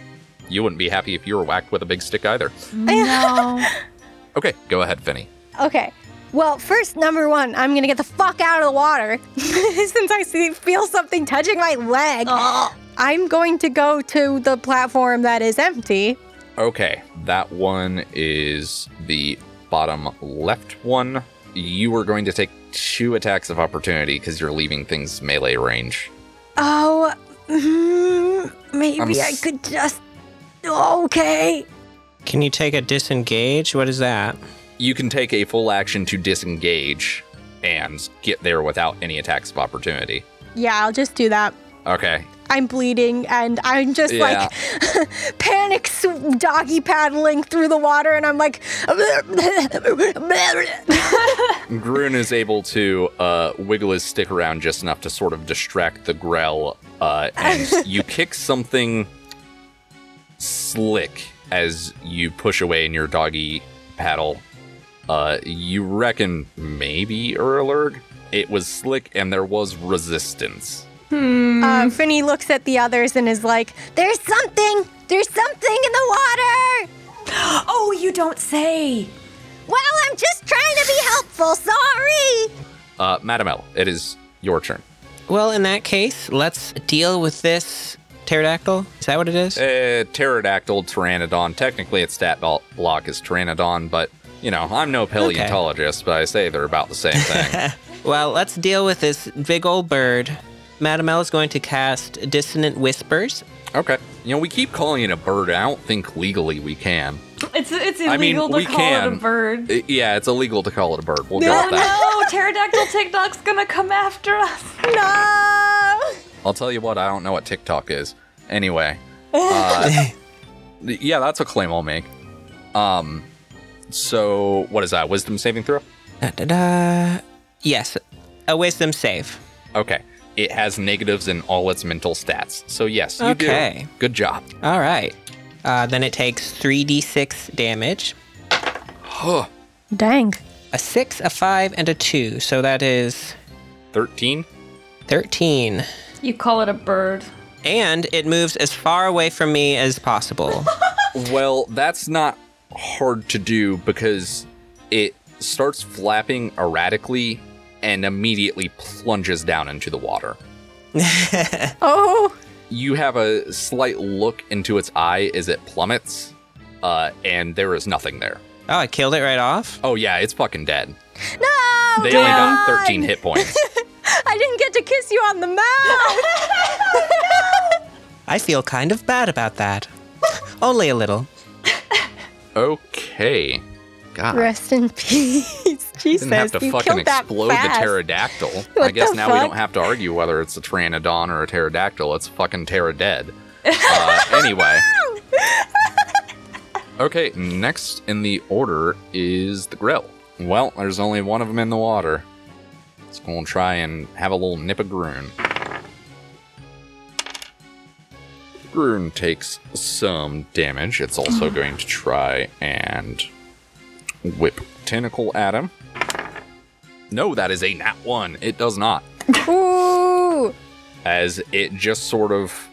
you wouldn't be happy if you were whacked with a big stick either No. okay go ahead finny Okay. Well, first, number one, I'm gonna get the fuck out of the water (laughs) since I see, feel something touching my leg. I'm going to go to the platform that is empty. Okay, that one is the bottom left one. You are going to take two attacks of opportunity because you're leaving things melee range. Oh, mm, maybe I'm I s- could just. Okay. Can you take a disengage? What is that? You can take a full action to disengage and get there without any attacks of opportunity. Yeah, I'll just do that. Okay. I'm bleeding and I'm just like panic s- doggy paddling through the water and I'm like (laughs) Grun is able to uh, wiggle his stick around just enough to sort of distract the Grell, uh, and you kick something slick as you push away in your doggy paddle. Uh, you reckon maybe Erlerg? It was slick and there was resistance. Mm-hmm. um, Finny looks at the others and is like there's something there's something in the water (gasps) Oh, you don't say. well I'm just trying to be helpful sorry Uh, Madam L, it is your turn. Well, in that case, let's deal with this pterodactyl. Is that what it is? Uh, pterodactyl, pteranodon. Technically, its stat blo- block is pteranodon, but, you know, I'm no paleontologist, but I say they're about the same thing. Well, let's deal with this big old bird. Madam L is going to cast Dissonant Whispers. Okay. You know, we keep calling it a bird. I don't think legally we can. (laughs) It's, it's I mean, illegal we to call can. it a (laughs) bird. I- yeah, it's illegal to call it a bird. We'll go with that. Oh no, pterodactyl TikTok's gonna come after us. no I'll tell you what, I don't know what TikTok is. Anyway. Uh, yeah, that's a claim I'll make. Um, so, what is that? Wisdom saving throw? (laughs) Da, da, da. Yes, a wisdom save. Okay. It has negatives in all its mental stats. So, yes, you Okay. do. Good job. All right. Uh, then it takes 3d6 damage dang a 6, a 5, and a 2. So that is 13? 13. You call it a bird. And it moves as far away from me as possible. Oh, Well, that's not hard to do because it starts flapping erratically and immediately plunges down into the water. oh You have a slight look into its eye as it plummets, uh, and there is nothing there. oh, I killed it right off? Oh, yeah, it's fucking dead. no They only got 13 hit points. I didn't get to kiss you on the (laughs) mouth I feel kind of bad about that. Only a little. Okay. God. rest in peace Jesus Didn't have to you fucking killed that explode the fast. pterodactyl. I (laughs) What guess the now we fuck? don't have to argue whether it's a pteranodon or a pterodactyl. It's fucking (laughs) pterodead. Uh, anyway. Okay, next in the order is the grill. Well, there's only one of them in the water. Let's go and try and have a little nip of groon. Groon takes some damage. It's (sighs) also going to try and whip tentacle at him. No, that is a nat one. It does not. Ooh. Ooh. as it just sort of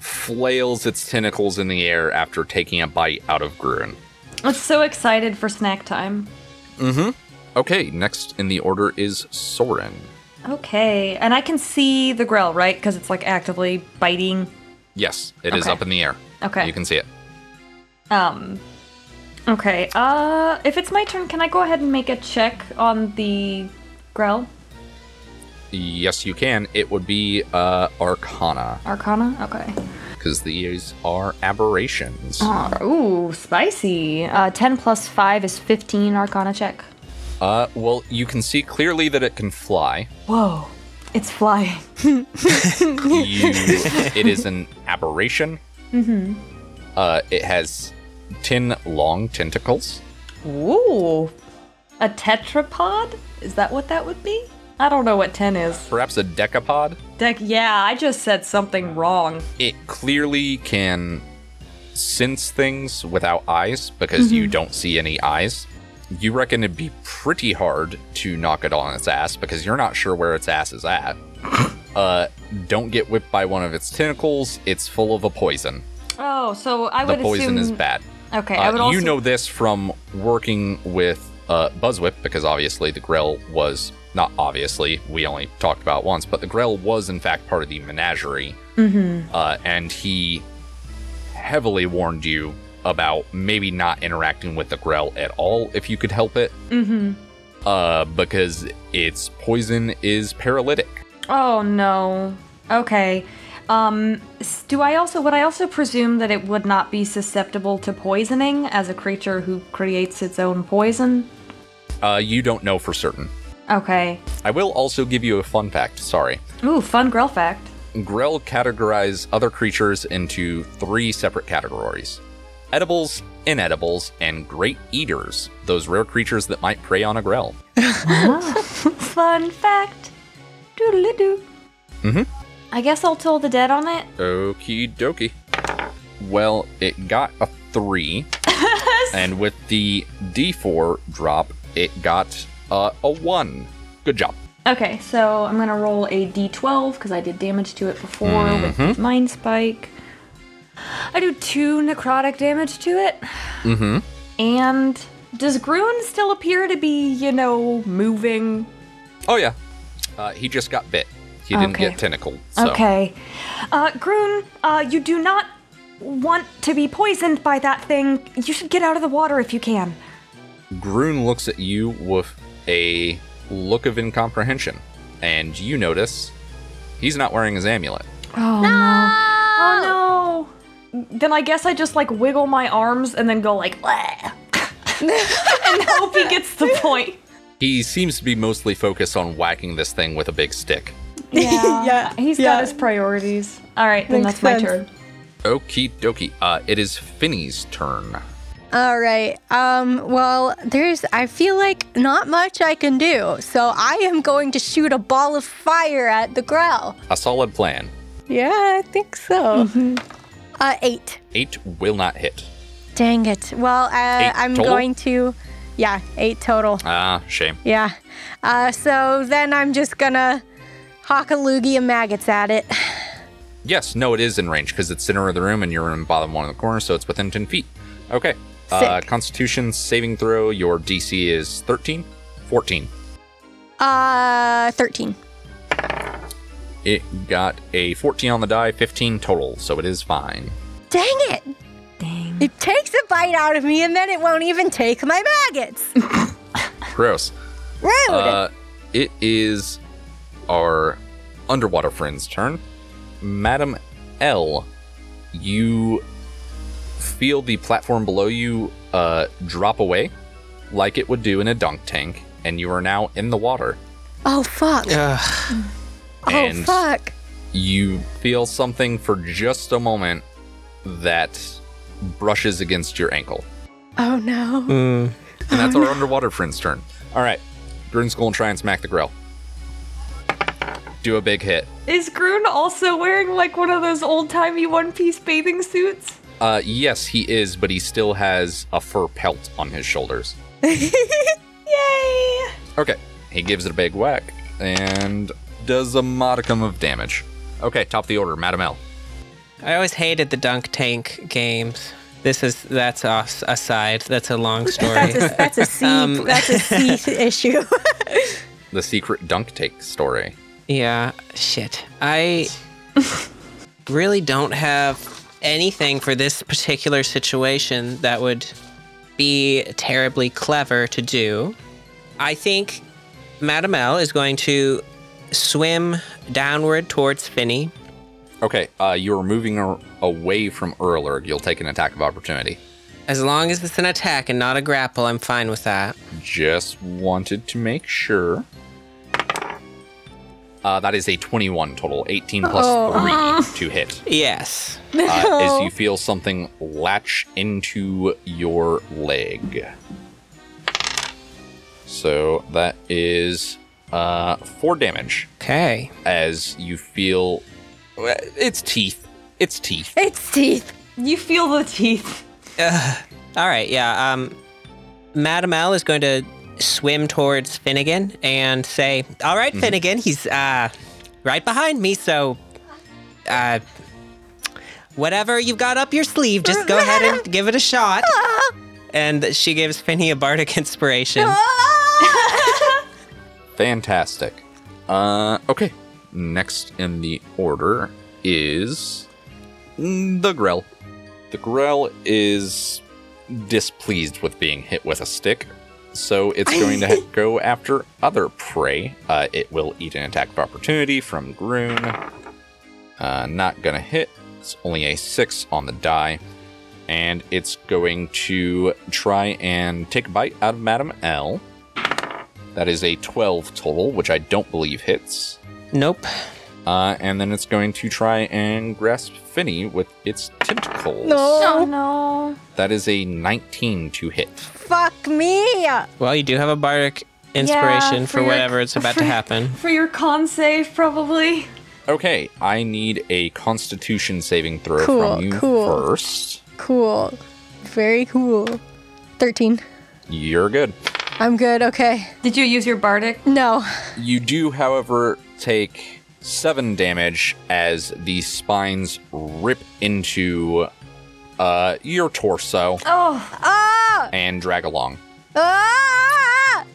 flails its tentacles in the air after taking a bite out of Gruen. I'm so excited for snack time. Okay, next in the order is Soren. Okay, and I can see the grill, right? Because it's like actively biting. Yes, it is Okay. up in the air. Okay. You can see it. Um. Okay. Uh, if it's my turn, can I go ahead and make a check on the grill Yes, you can. It would be uh, Arcana, arcana? Okay. because these are aberrations. Uh, ooh, spicy. Uh, ten plus five is fifteen. Arcana check. Uh, well, you can see clearly that it can fly. Whoa, it's flying. You, (laughs) it is an aberration. Mm-hmm. Uh, it has 10 long tentacles. Ooh, a tetrapod? Is that what that would be? I don't know what ten is. Perhaps a decapod. Deck. Yeah, I just said something wrong. It clearly can sense things without eyes because Mm-hmm. you don't see any eyes. You reckon it'd be pretty hard to knock it on its ass because you're not sure where its ass is (laughs) at. uh, don't get whipped by one of its tentacles. It's full of a poison. Oh, so I The would poison assume. is bad. Okay, Uh, (laughs) I would also. you know this from working with uh, Buzzwhip because obviously the Grail was not obviously we only talked about it once, but the Grail was in fact part of the menagerie, mm-hmm. uh, and he heavily warned you about maybe not interacting with the Grail at all if you could help it, mm-hmm. uh, because its poison is paralytic. Oh no. Okay. Um, s- do I also would I also presume that it would not be susceptible to poisoning as a creature who creates its own poison? Uh, you don't know for certain. Okay. I will also give you a fun fact. Sorry. Ooh, fun girl fact. (laughs) Grell categorize other creatures into three separate categories edibles, inedibles, and great eaters, those rare creatures that might prey on a Grell. Fun fact. Doodly doo. Mm-hmm. I guess I'll toll the dead on it. Okie dokie. Well, it got a (laughs) three, and with the d4 drop, it got uh, a one. Good job. Okay, so I'm gonna roll a d12 because I did damage to it before with Mind Spike. I do two necrotic damage to it. Mm-hmm. And does Gruen still appear to be, you know, moving? Oh, yeah. Uh, he just got bit. He didn't Okay. get tentacled. So. Okay. Uh, Gruen, uh, you do not want to be poisoned by that thing. You should get out of the water if you can. Groon looks at you with a look of incomprehension, and you notice he's not wearing his amulet. Oh no. Oh no. Then I guess I just like wiggle my arms and then go like, "Bleh," (laughs) and hope he gets the point. He seems to be mostly focused on whacking this thing with a big stick. Yeah. Yeah, He's yeah. got his priorities. All right, then Makes that's my sense. turn. Okie dokie. Uh, it is Finny's turn. All right. Um, well, there's, I feel like not much I can do. So I am going to shoot a ball of fire at the growl. A solid plan. Yeah, I think so. Uh, eight. Eight will not hit. Dang it. Well, uh, I'm total? going to, yeah, eight total. Ah, shame. Yeah. Uh, so then I'm just gonna hawk a loogie of maggots at it. Yes, no, it is in range because it's center of the room and you're in bottom one of the corner, so it's within 10 feet. Okay. Uh, Sick. Constitution saving throw. Your DC is 13, 14. Uh, 13. It got a 14 on the die, 15 total, so it is fine. Dang it! Dang. It takes a bite out of me and then it won't even take my maggots. Gross. Rude! Uh, it is our underwater friend's turn. Madam L, you feel the platform below you uh, drop away like it would do in a dunk tank, and you are now in the water. oh, fuck. Ugh. oh, and fuck. you feel something for just a moment that brushes against your ankle. Oh, no. And that's our underwater friend's turn. All right. Gruden's going to try and smack the grill. Do a big hit. Is Grun also wearing like one of those old timey one piece bathing suits? Uh, yes, he is, but he still has a fur pelt on his shoulders. Yay! Okay. He gives it a big whack. And does a modicum of damage. Okay, top of the order, Madam L. I always hated the dunk tank games. This is that's off aside. That's a long story. That's a, that's a C. that's a C issue. The secret dunk take story. Yeah, shit. I really don't have anything for this particular situation that would be terribly clever to do. I think Madame L is going to swim downward towards Finny. Okay, uh, you're moving a- away from Urlurg. You'll take an attack of opportunity. As long as it's an attack and not a grapple, I'm fine with that. Just wanted to make sure. Uh, that is a 21 total, 18 plus 3 to hit. Yes. Uh, as you feel something latch into your leg. So that is uh, 4 damage Okay. as you feel. uh, It's teeth. It's teeth. it's teeth. You feel the teeth. All right, yeah. Um, Madam L is going to swim towards Finnegan and say, "All right, Finnegan, he's uh, right behind me, so uh, whatever you've got up your sleeve, just go ahead and give it a shot." And she gives Finny a bardic (laughs) inspiration. Fantastic. Uh, okay. Next in the order is mm, the Grell. The Grell is displeased with being hit with a stick, so it's going to ha- go after other prey. Uh, it will eat an attack of opportunity from Groon. Uh, not gonna hit. It's only a six on the die, and it's going to try and take a bite out of Madam L. That is a 12 total, which I don't believe hits. Nope. Uh, and then it's going to try and grasp Finny with its tentacles. Oh No, no. That is a 19 to hit. fuck me. Well, you do have a bardic inspiration for, Yeah, for your- whatever it's about to happen. For your con save, probably. Okay, I need a constitution saving throw Cool, from you cool. first. Cool. Very cool. 13. You're good. I'm good. Okay. Did you use your bardic? No. You do, however, take seven damage as the spines rip into uh, your torso Oh, Ah! and drag along. Ah!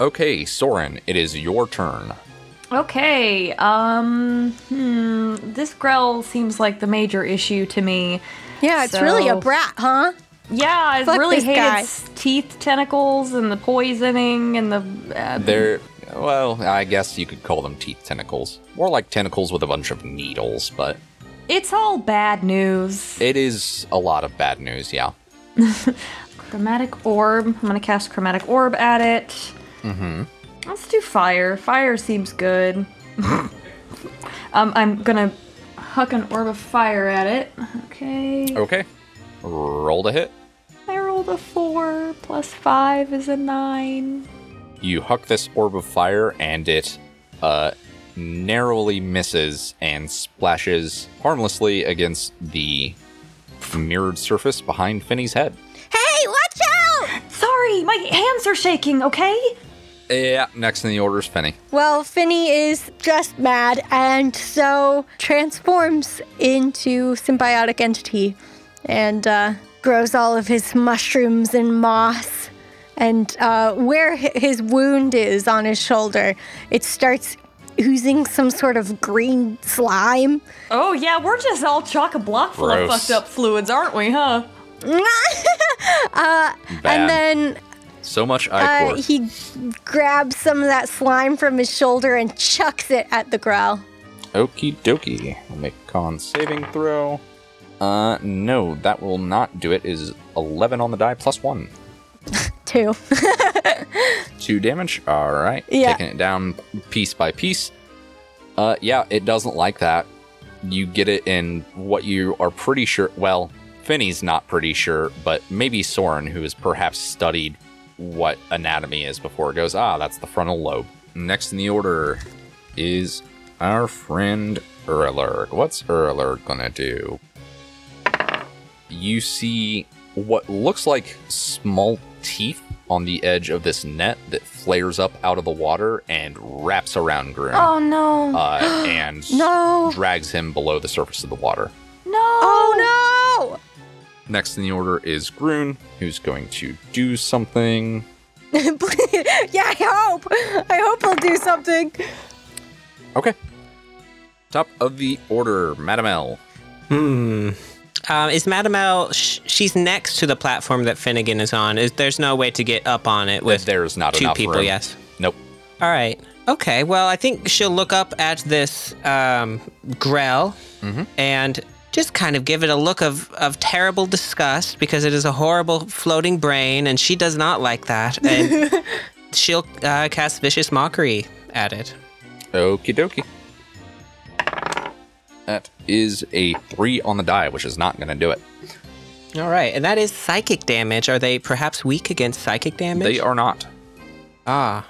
Okay, Soren, it is your turn. okay. Um, hmm. This Grell seems like the major issue to me. Yeah, it's really a So- brat, huh? Yeah, I Fuck really this hate guy. its teeth, tentacles, and the poisoning, and the. Uh, They're well, I guess you could call them teeth tentacles. More like tentacles with a bunch of needles, but it's all bad news. it is a lot of bad news, yeah. Chromatic orb. I'm gonna cast chromatic orb at it. Mm-hmm. Let's do fire. Fire seems good. (laughs) um, I'm gonna huck an orb of fire at it. Okay. Okay. Roll to hit. I rolled a four plus five is a nine. You huck this orb of fire and it uh narrowly misses and splashes harmlessly against the mirrored surface behind Finny's head. Hey, watch out! Sorry, my hands are shaking. Okay. Yeah, next in the order is Finny. Well, Finny is just mad and so transforms into symbiotic entity and uh, grows all of his mushrooms and moss. And uh, where hi- his wound is on his shoulder, it starts oozing some sort of green slime. Oh yeah, we're just all chock a block full of Gross. fucked up fluids, aren't we? Huh. And then so much Uh, eye core. he grabs some of that slime from his shoulder and chucks it at the growl. Okie dokie. We'll make con saving throw. Uh, no, that will not do it. Is 11 on the die plus 1. Two. 2 damage. All right. Yeah. Taking it down piece by piece. Uh, yeah, it doesn't like that. You get it in what you are pretty sure. Well, Finny's not pretty sure, but maybe Soren, who has perhaps studied what anatomy is before, goes, ah, that's the frontal lobe. Next in the order is our friend Urlurg. What's Urlurg gonna do? you see what looks like small teeth on the edge of this net that flares up out of the water and wraps around Groom Oh no. uh, and No. drags him below the surface of the water. no. Oh Next in the order is Groon, who's going to do something. no! (laughs) Please- yeah, I hope. I hope he'll do something. Okay. Top of the order, Madam L. Um, is Madame L? Sh- she's next to the platform that Finnegan is on. Is there's no way to get up on it with There's not two enough people? room. Yes. Nope. All right. Okay. Well, I think she'll look up at this um, Grell Mm-hmm. and just kind of give it a look of, of terrible disgust because it is a horrible floating brain and she does not like that. (laughs) And she'll uh, cast Vicious Mockery at it. Okie dokie. That is a three on the die, which is not going to do it. All right. And that is psychic damage. Are they perhaps weak against psychic damage? They are not. (laughs) Ah.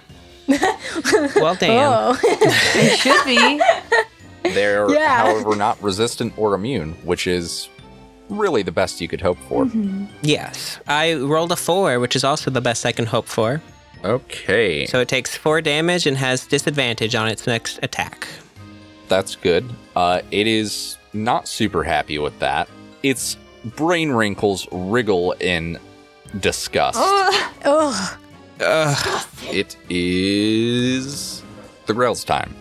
well, damn. Oh. It should be. They're, (laughs) Yeah. however, not resistant or immune, which is really the best you could hope for. Mm-hmm. Yes. I rolled a four, which is also the best I can hope for. Okay. So it takes four damage and has disadvantage on its next attack. That's good. Uh, it is not super happy with that. Its brain wrinkles wriggle in disgust. Ugh. It is the Grail's time.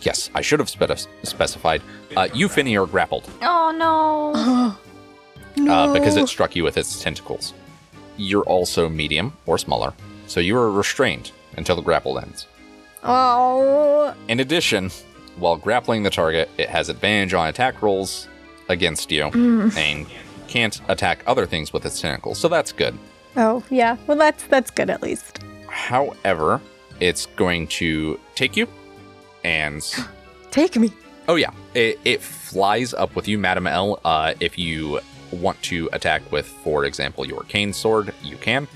Yes, I should have sped- specified. Uh, you, Finny, are grappled Oh no. uh, because Oh. it struck you with its tentacles. You're also medium or smaller, so you are restrained until the grapple ends. Oh. In addition, while grappling the target, it has advantage on attack rolls against you Mm. and can't attack other things with its tentacles, so that's good. Oh yeah. Well, that's that's good at least. However, it's going to take you and. (gasps) Take me. Oh, yeah. It, it flies up with you, Madam L. Uh, if you want to attack with, for example, your cane sword, you can.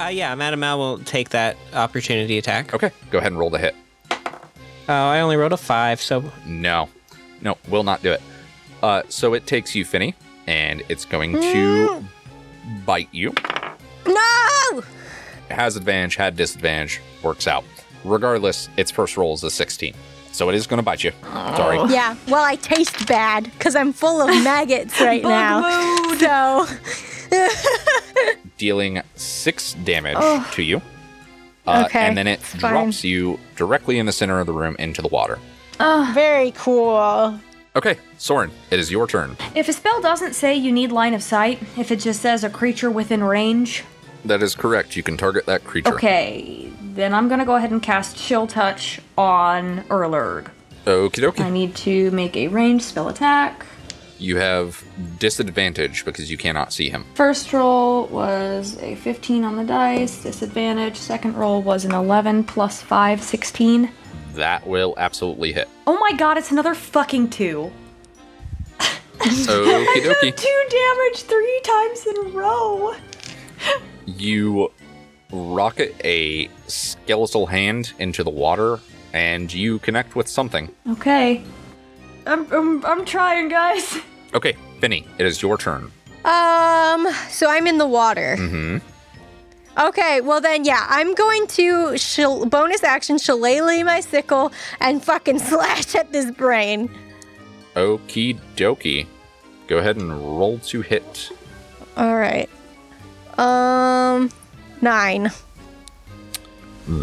Uh, yeah, Madame L will take that opportunity attack. Okay, go ahead and roll the hit. Oh, I only rolled a five, so No. No, will not do it. Uh, so it takes you, Finny, and it's going to Hmm. bite you. No. has advantage, had disadvantage, works out. Regardless, its first roll is a 16. So it is going to bite you. Sorry. Yeah. Well, I taste bad because I'm full of maggots right now. Uh-huh. So Dealing six damage to you. Oh. Uh, Okay, And then it it's fine. drops you directly in the center of the room into the water. very cool. Okay, Soren, it is your turn. (laughs) If a spell doesn't say you need line of sight, if it just says a creature within range, That is correct. You can target that creature. okay, then I'm gonna go ahead and cast Chill Touch on Erlurg. Okie I dokie. need to make a ranged spell attack. You have disadvantage because you cannot see him. First roll was a 15 on the dice, disadvantage. Second roll was an 11 plus 5, 16. That will absolutely hit. Oh my god, it's another fucking 2. Okie (laughs) dokie. 2 damage 3 times in a row. you rocket a skeletal hand into the water and you connect with something. Okay. I'm, I'm, I'm trying, guys. (laughs) Okay, Finny, it is your turn. Um, so I'm in the water. Mm-hmm. Okay, well then, yeah, I'm going to shil- bonus action shillelagh my sickle and fucking (laughs) slash at this brain. Okie dokie. Go ahead and roll to hit. All right. Um, nine.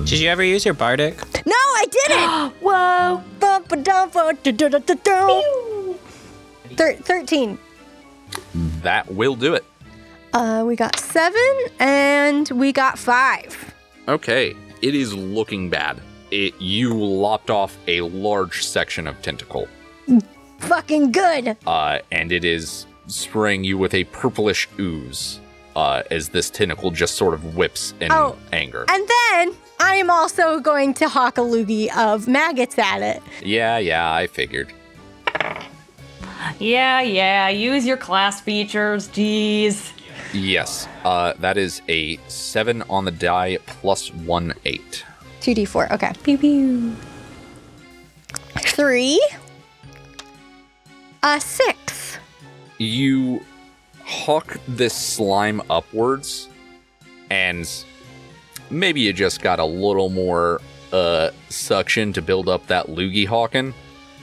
did you ever use your bardic? No, I did it. Whoa! Bump a dump Thir- Thirteen. That will do it. Uh, we got seven and we got five. Okay, it is looking bad. It you lopped off a large section of tentacle. Fucking good. Uh, and it is spraying you with a purplish ooze. Uh, as this tentacle just sort of whips in Oh, anger. And then I am also going to hawk a loogie of maggots at it. yeah, yeah, I figured. Yeah, yeah, use your class features, jeez. Yes, uh, that is a seven on the die plus one eight. 2d4. Okay. Pew pew. Three. A six. You hawk this slime upwards, and maybe you just got a little more uh, suction to build up that loogie hawking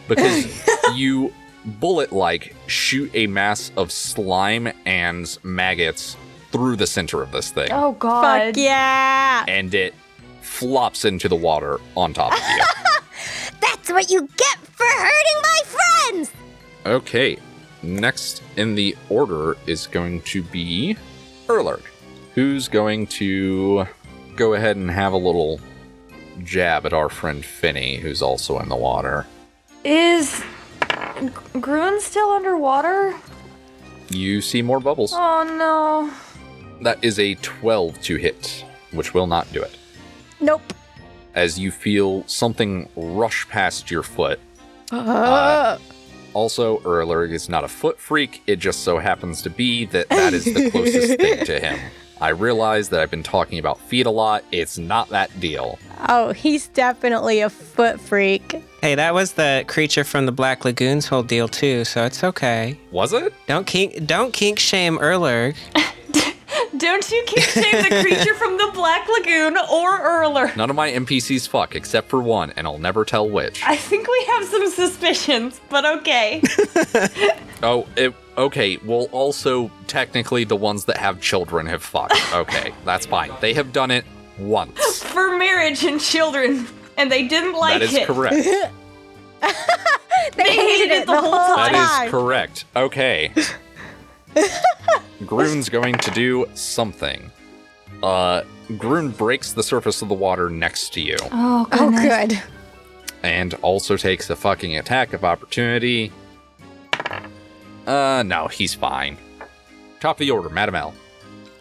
because you bullet like shoot a mass of slime and maggots through the center of this thing Oh God. Fuck yeah! and it flops into the water on top of you. That's what you get for hurting my friends! Okay. Next in the order is going to be Erlerg, who's going to go ahead and have a little jab at our friend Finny, who's also in the water. Is Gruen still underwater? You see more bubbles. Oh no. That is a 12 to hit, which will not do it. Nope. As you feel something rush past your foot. Uh-huh. Uh, Also, Erlerg is not a foot freak. It just so happens to be that that is (laughs) the closest thing to him. I realize that I've been talking about feet a lot. It's not that deal. Oh, he's definitely a foot freak. (laughs) Hey, that was the creature from the Black Lagoon's whole deal too, so it's okay. Was it? Don't kink, don't kink shame Erlerg. Don't you keep saying the creature from the Black Lagoon or Erler? None of my NPCs fuck except for one, and I'll never tell which. I think we have some suspicions, but (laughs) okay. Oh, it, okay. Well, also, technically, the ones that have children have fucked. Okay, that's fine. They have done it once. For marriage and children, and they didn't like That is it. correct. They hated it the whole time. That is correct. Okay. Groon's going to do something. Uh, Groon breaks the surface of the water next to you Oh Oh, good. and also takes a fucking attack of opportunity. Uh, no, he's fine. Top of the order, Madam L.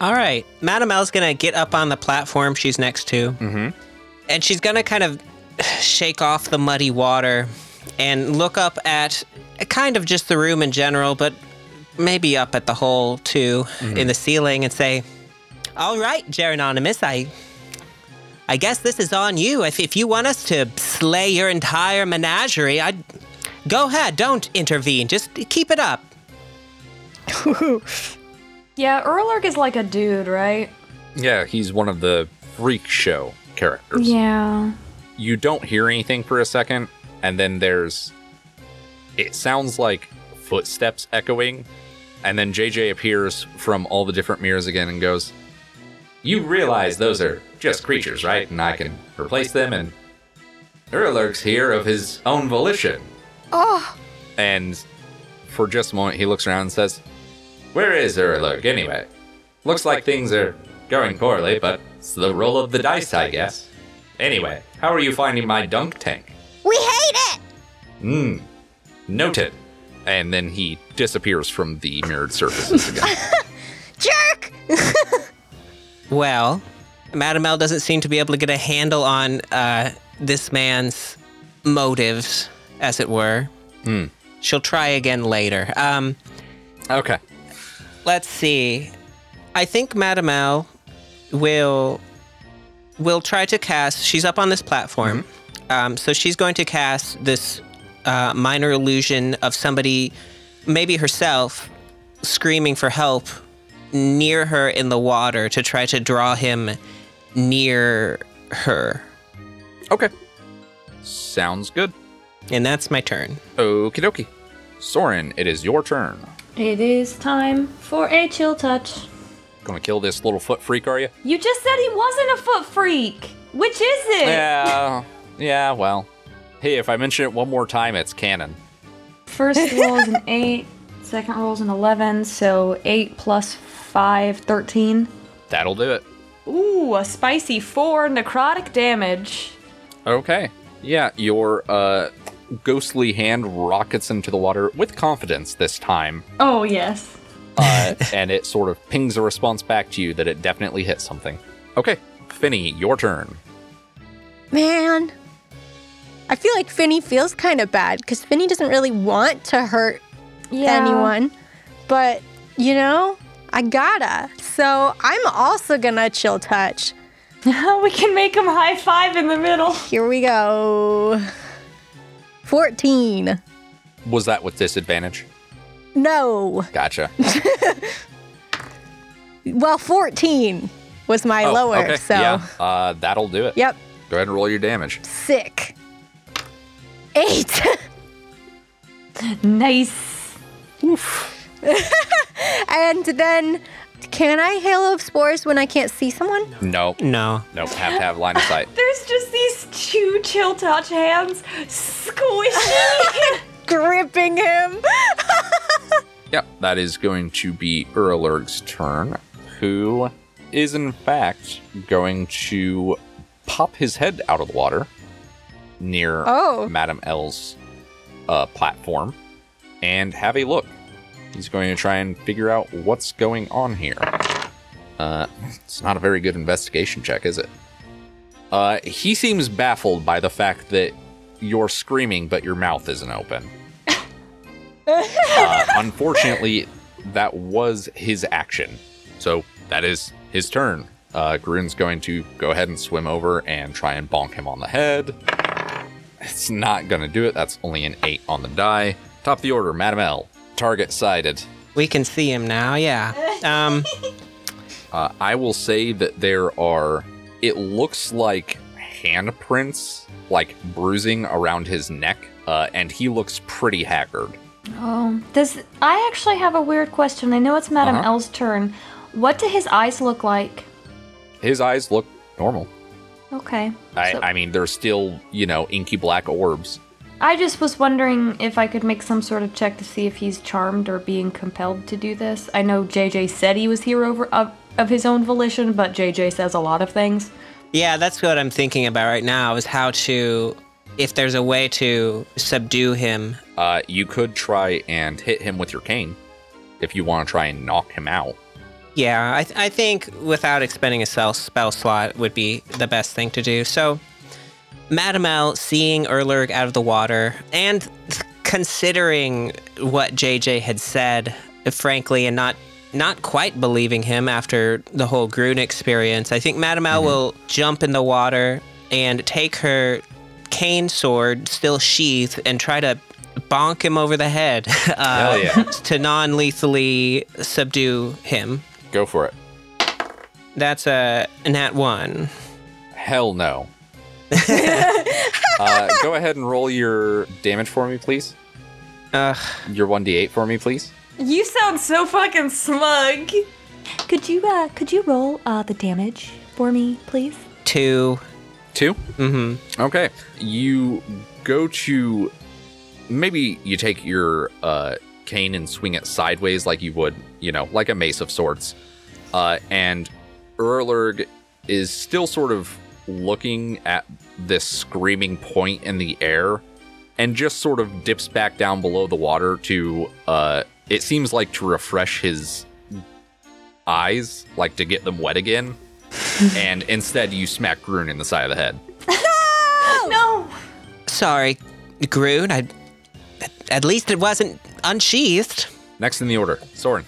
All right, Madame L's gonna get up on the platform she's next to, mm-hmm. and she's gonna kind of shake off the muddy water and look up at kind of just the room in general, but maybe up at the hole too in the ceiling, and say, "All right, Gerononimus, I." I guess this is on you. If, if you want us to slay your entire menagerie, I'd go ahead. Don't intervene. Just keep it up. Yeah, Erlerg is like a dude, right? Yeah, he's one of the freak show characters. Yeah. you don't hear anything for a second, and then there's it sounds like footsteps echoing, and then JJ appears from all the different mirrors again and goes, You realize those are just creatures, right? And I can replace them, and Urlurk's here of his own volition. Oh. And for just a moment, he looks around and says, Where is Urlurk anyway? Looks like things are going poorly, but it's the roll of the dice, I guess. Anyway, how are you finding my dunk tank? We hate it! Mmm. Noted. And then he disappears from the mirrored surfaces again. Jerk! Well, Madame L doesn't seem to be able to get a handle on uh, this man's motives, as it were. She'll try again later. Um, (laughs) okay. let's see. I think Madame L will will try to cast. She's up on this platform, um, so she's going to cast this uh, minor illusion of somebody, maybe herself, screaming for help near her in the water to try to draw him near her. Okay. Sounds good. And that's my turn. Okie dokie. Soren, it is your turn. It is time for a chill touch. Gonna kill this little foot freak, are you? You just said he wasn't a foot freak. Which is it? Yeah. yeah, well. Hey, if I mention it one more time, it's canon. (laughs) First roll is an 8, second roll is an 11, so 8 plus 5, 13. That'll do it. Ooh, a spicy 4 necrotic damage. Okay. Yeah, your uh, ghostly hand rockets into the water with confidence this time. Oh, yes. (laughs) (laughs) uh, and it sort of pings a response back to you that it definitely hit something. Okay, Finny, your turn. Man. I feel like Finny feels kind of bad because Finny doesn't really want to hurt anyone. But, you know, I gotta. So I'm also gonna chill touch. we can make him high five in the middle. Here we go. 14. Was that with disadvantage? No. Gotcha. Well, 14. was my Oh, (laughs) lower. okay, So, yeah, uh, that'll do it. yep, Go ahead and roll your damage. sick. Eight. (laughs) Nice. and then, can I Halo of Spores when I can't see someone? Nope. No. Nope. Have to have line of sight. There's just these two chill touch hands (laughs) squishing. Gripping him. (laughs) Yep, that is going to be Urlurg's turn, who is in fact going to pop his head out of the water near Oh. Madame L's uh, platform and have a look. He's going to try and figure out what's going on here. Uh, it's not a very good investigation check, is it? Uh, he seems baffled by the fact that you're screaming, but your mouth isn't open. Uh, unfortunately, that was his action. So that is his turn. Uh, Grun's going to go ahead and swim over and try and bonk him on the head. It's not going to do it. That's only an 8 on the die. Top of the order, Madam L. Target sighted. We can see him now, yeah. Um, Uh, I will say that there are, it looks like handprints, like bruising around his neck, uh, and he looks pretty haggard. oh, does I actually have a weird question? I know it's Madame Uh-huh. L's turn. What do his eyes look like? His eyes look normal. Okay. I, so- I mean, they're still, you know, inky black orbs. I just was wondering if I could make some sort of check to see if he's charmed or being compelled to do this. I know JJ said he was here over of, of his own volition, but JJ says a lot of things. yeah, that's what I'm thinking about right now is how to, if there's a way to subdue him. Uh, you could try and hit him with your cane if you want to try and knock him out. Yeah, I, th- I think without expending a spell, spell slot would be the best thing to do. So, Madame L seeing Erlurg out of the water and considering what JJ had said, frankly, and not not quite believing him after the whole Grun experience, I think Madame L will jump in the water and take her cane sword, still sheathed, and try to bonk him over the head (laughs) uh, yeah. to non-lethally subdue him. Go for it. That's a nat one. Hell no. uh, go ahead and roll your damage for me, please. Ugh. Your 1d8 for me, please. You sound so fucking smug. Could you uh could you roll uh the damage for me, please? Two. 2 Mm-hmm. Okay. You go to maybe you take your uh, cane and swing it sideways like you would, you know, like a mace of sorts. Uh, and Erlurg is still sort of looking at this screaming point in the air and just sort of dips back down below the water to uh it seems like to refresh his eyes, like to get them wet again. and instead you smack Grun in the side of the head. No! Sorry, Groon. I. At least it wasn't unsheathed. Next in the order, Soren.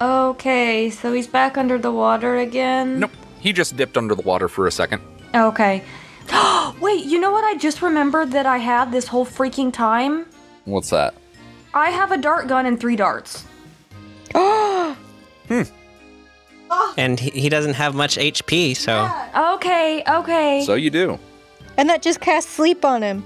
Okay, so he's back under the water again? Nope. He just dipped under the water for a second. Okay. (gasps) Wait, you know what I just remembered that I had this whole freaking time? What's that? I have a dart gun and three darts. And he, he doesn't have much HP, so. Okay, okay. So you do. And that just casts sleep on him,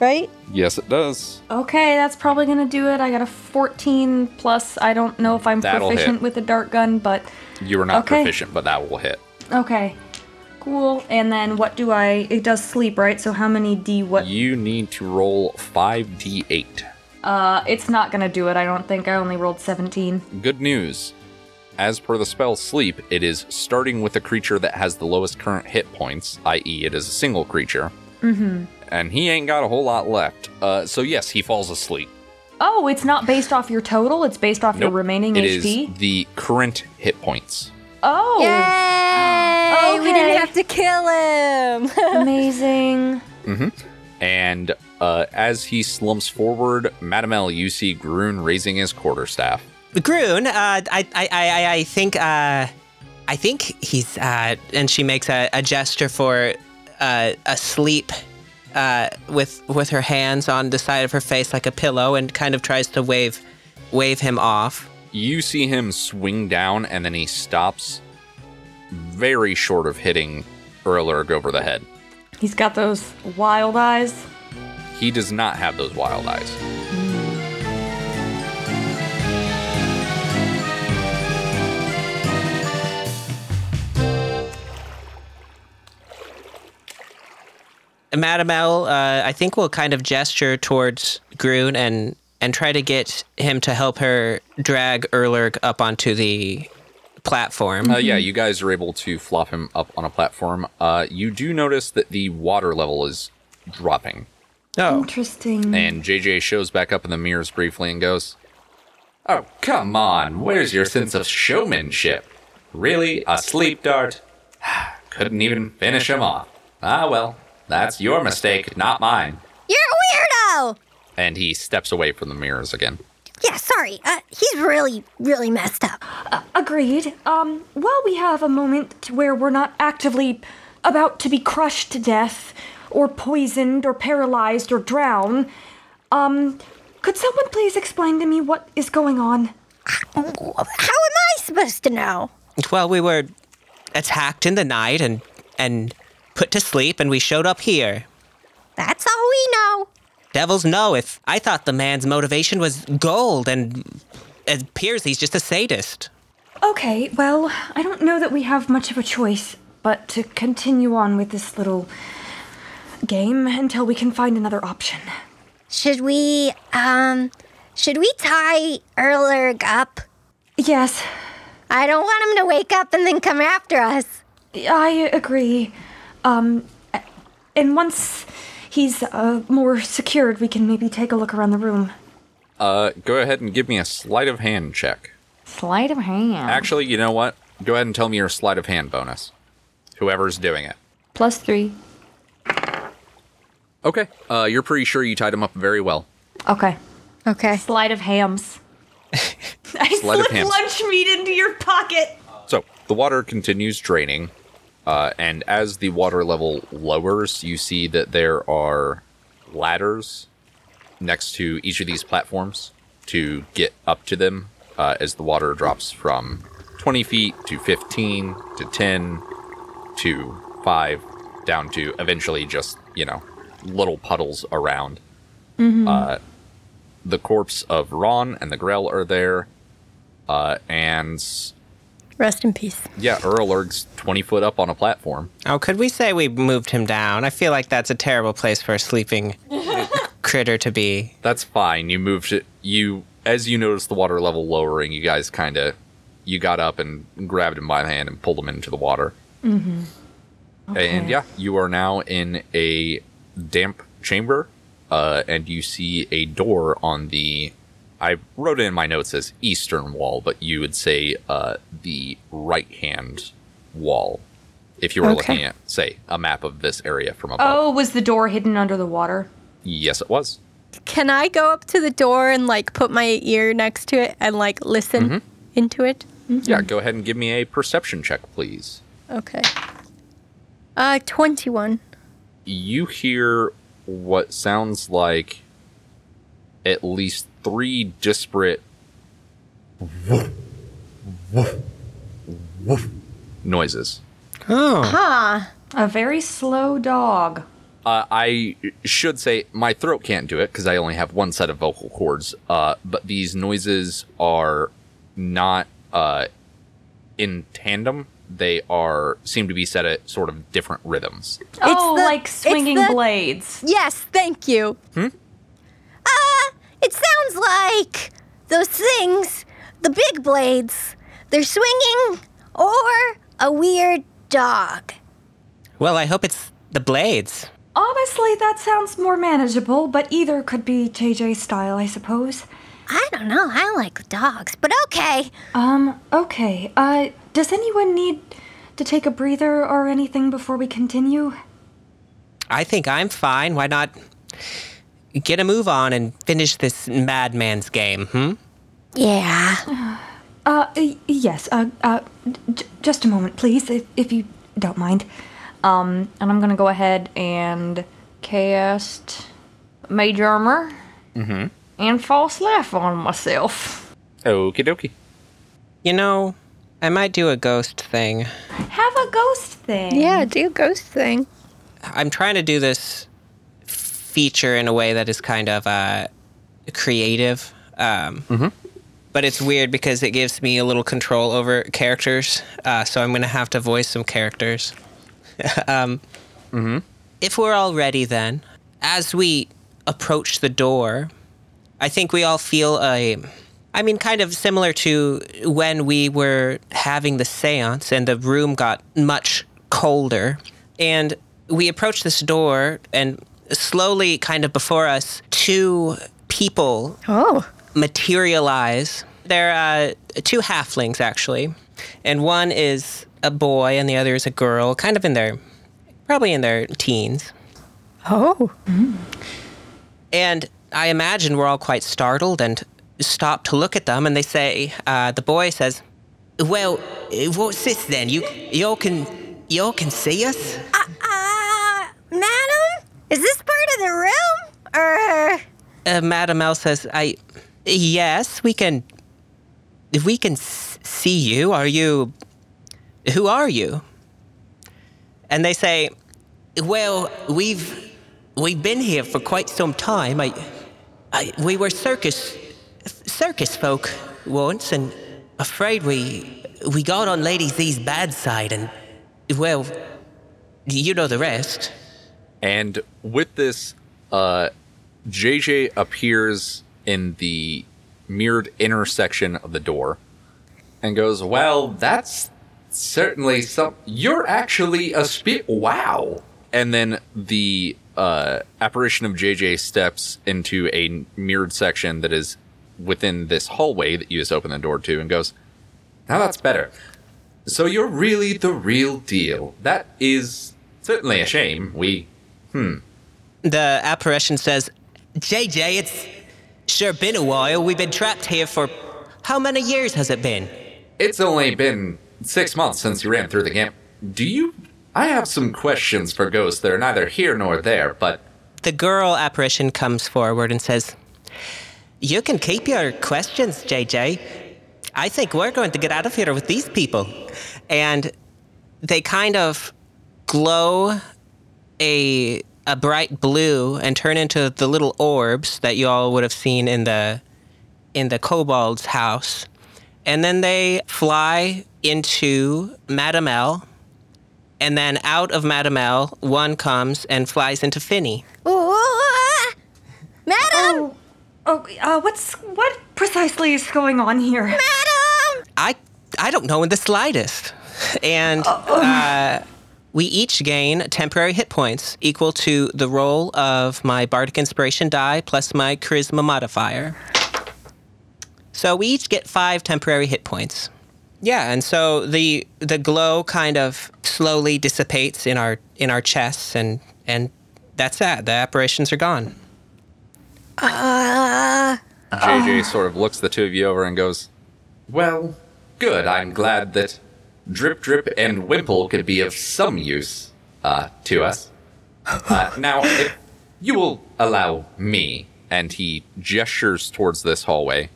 right? Yes, it does. okay, that's probably gonna do it. I got a 14 plus. I don't know if I'm That'll hit. proficient with a dart gun, but. You are not Okay. proficient, but that will hit. Okay. Cool. And then what do I it does sleep, right? So how many D what You need to roll 5d8. uh it's not gonna do it, I don't think. I only rolled seventeen. Good news. As per the spell sleep, it is starting with a creature that has the lowest current hit points, i.e., it is a single creature. Mm-hmm. And he ain't got a whole lot left. Uh, so, yes, he falls asleep. Oh, it's not based off your total, it's based off your Nope. remaining It is HP. the current hit points. Oh (laughs) Yay! We Okay. didn't have to kill him. (laughs) amazing. And uh, as he slumps forward, Madame L, you see Groon raising his quarterstaff. Groon, uh, I, I, I, I- I think, uh, I think he's, uh, and she makes a, a gesture for uh, a sleep uh, with with her hands on the side of her face like a pillow, and kind of tries to wave wave him off. You see him swing down and then he stops very short of hitting Urlurg over the head. He's got those wild eyes. He does not have those wild eyes. Uh, Madam L, uh, I think will kind of gesture towards Groon and and try to get him to help her drag Erlurg up onto the platform. Uh, yeah, you guys are able to flop him up on a platform. Uh, you do notice that the water level is dropping. oh, Interesting. And JJ shows back up in the mirrors briefly and goes, Oh, come on. Where's your sense of showmanship? Really? A sleep dart? (sighs) Couldn't even finish him off. Ah, well, that's your mistake, not mine. You're a weirdo! And he steps away from the mirrors again. Yeah, sorry. Uh, he's really, really messed up. Agreed. Um, while we have a moment where we're not actively about to be crushed to death, or poisoned, or paralyzed, or drown, um, could someone please explain to me what is going on? How am I supposed to know? well, we were attacked in the night and and put to sleep, and we showed up here. That's all we know. Devils know if I thought the man's motivation was gold, and it appears he's just a sadist. Okay, well, I don't know that we have much of a choice but to continue on with this little game until we can find another option. Should we, um, should we tie Erlerg up? Yes, I don't want him to wake up and then come after us. I agree. Um, and once he's uh, more secured, we can maybe take a look around the room. Uh, go ahead and give me a sleight of hand check. Sleight of hand. Actually, you know what? Go ahead and tell me your sleight of hand bonus. Whoever's doing it. Plus three. Okay. Uh, you're pretty sure you tied him up very well. Okay. Okay. Sleight of hams. I Sleight of hand. lunch meat into your pocket. So the water continues draining, uh, and as the water level lowers, you see that there are ladders next to each of these platforms to get up to them uh, as the water drops from 20 feet to 15 to 10 to 5 down to eventually just, you know, little puddles around. Mm-hmm. Uh, the corpse of Ron and the Grell are there, uh, and Rest in peace. yeah, Erlurg's 20 foot up on a platform. Oh, could we say we moved him down? I feel like that's a terrible place for a sleeping critter to be. That's fine. You moved it. You, as you noticed the water level lowering, you guys kind of, you got up and grabbed him by the hand and pulled him into the water. Mm-hmm. And yeah, you are now in a damp chamber, uh, and you see a door on the, I wrote it in my notes as eastern wall, but you would say uh, the right hand wall if you were Okay. looking at, say, a map of this area from above. Oh, was the door hidden under the water? Yes, it was. Can I go up to the door and like put my ear next to it and like listen into it? Yeah, go ahead and give me a perception check, please. Okay. Uh, 21. You hear what sounds like at least three disparate noises. Oh. A very slow dog. Uh, I should say my throat can't do it because I only have one set of vocal cords. Uh, but these noises are not uh, in tandem. They are seem to be set at sort of different rhythms. oh, the- like it's swinging the- blades. Yes, thank you. Uh, it sounds like those things, the big blades, they're swinging or a weird dog. Well, I hope it's the blades. Honestly, that sounds more manageable, but either could be JJ style, I suppose. I don't know. I like dogs, but okay. Um, okay. Uh, does anyone need to take a breather or anything before we continue? I think I'm fine. Why not get a move on and finish this madman's game? Hmm? Yeah. Uh, y- yes. Uh, uh, j- just a moment, please, if, if you don't mind. Um, and I'm gonna go ahead and cast Mage Armor. Mm-hmm. And false laugh on myself. Okie dokie. You know, I might do a ghost thing. Have a ghost thing. Yeah, do a ghost thing. I'm trying to do this feature in a way that is kind of uh, creative. Um, But it's weird because it gives me a little control over characters. Uh, so I'm going to have to voice some characters. (laughs) um, If we're all ready, then, as we approach the door, I think we all feel a. I mean, kind of similar to when we were having the seance and the room got much colder. And we approached this door, and slowly, kind of before us, two people Oh. materialize. They're uh, two halflings, actually. And one is a boy, and the other is a girl, kind of in their, probably in their teens. Oh. And I imagine we're all quite startled and stop to look at them. And they say, uh, the boy says, "Well, eh, what's this then? You y'all can y'all can see us? Uh, madam? Is this part of the room? Or. Uh, Madam L says, "I yes, we can. If we can s- see you, are you? Who are you?" And they say, "Well, we've we've been here for quite some time. I, I we were circus circus folk once, and afraid we we got on Lady Z's bad side, and well, you know the rest." And with this, uh, JJ appears in the mirrored intersection of the door and goes, Well, that's certainly some. You're actually a spirit. Wow. And then the uh, apparition of JJ steps into a mirrored section that is within this hallway that you just opened the door to and goes, Now that's better. So you're really the real deal. That is certainly a shame. We the apparition says, JJ, it's sure been a while. We've been trapped here for how many years has it been? It's only been six months since you ran through the camp. Do you? I have some questions for ghosts that are neither here nor there, but The girl apparition comes forward and says, You can keep your questions, JJ. I think we're going to get out of here with these people. And they kind of glow a a bright blue and turn into the little orbs that y'all would have seen in the in the kobold's house. And then they fly into Madame L. And then out of Madame L, one comes and flies into Finny. Ooh, madam? Oh, oh, uh, what's what precisely is going on here? Madam! I I don't know in the slightest. And uh, we each gain temporary hit points equal to the roll of my bardic inspiration die plus my charisma modifier. So we each get five temporary hit points. Yeah, and so the the glow kind of slowly dissipates in our in our chests, and and that's that. The apparitions are gone. JJ sort of looks the two of you over and goes, Well, good. I'm glad that Drip Drip and Wimple could be of some use uh, to us. Uh, now, if you will allow me, and he gestures towards this hallway,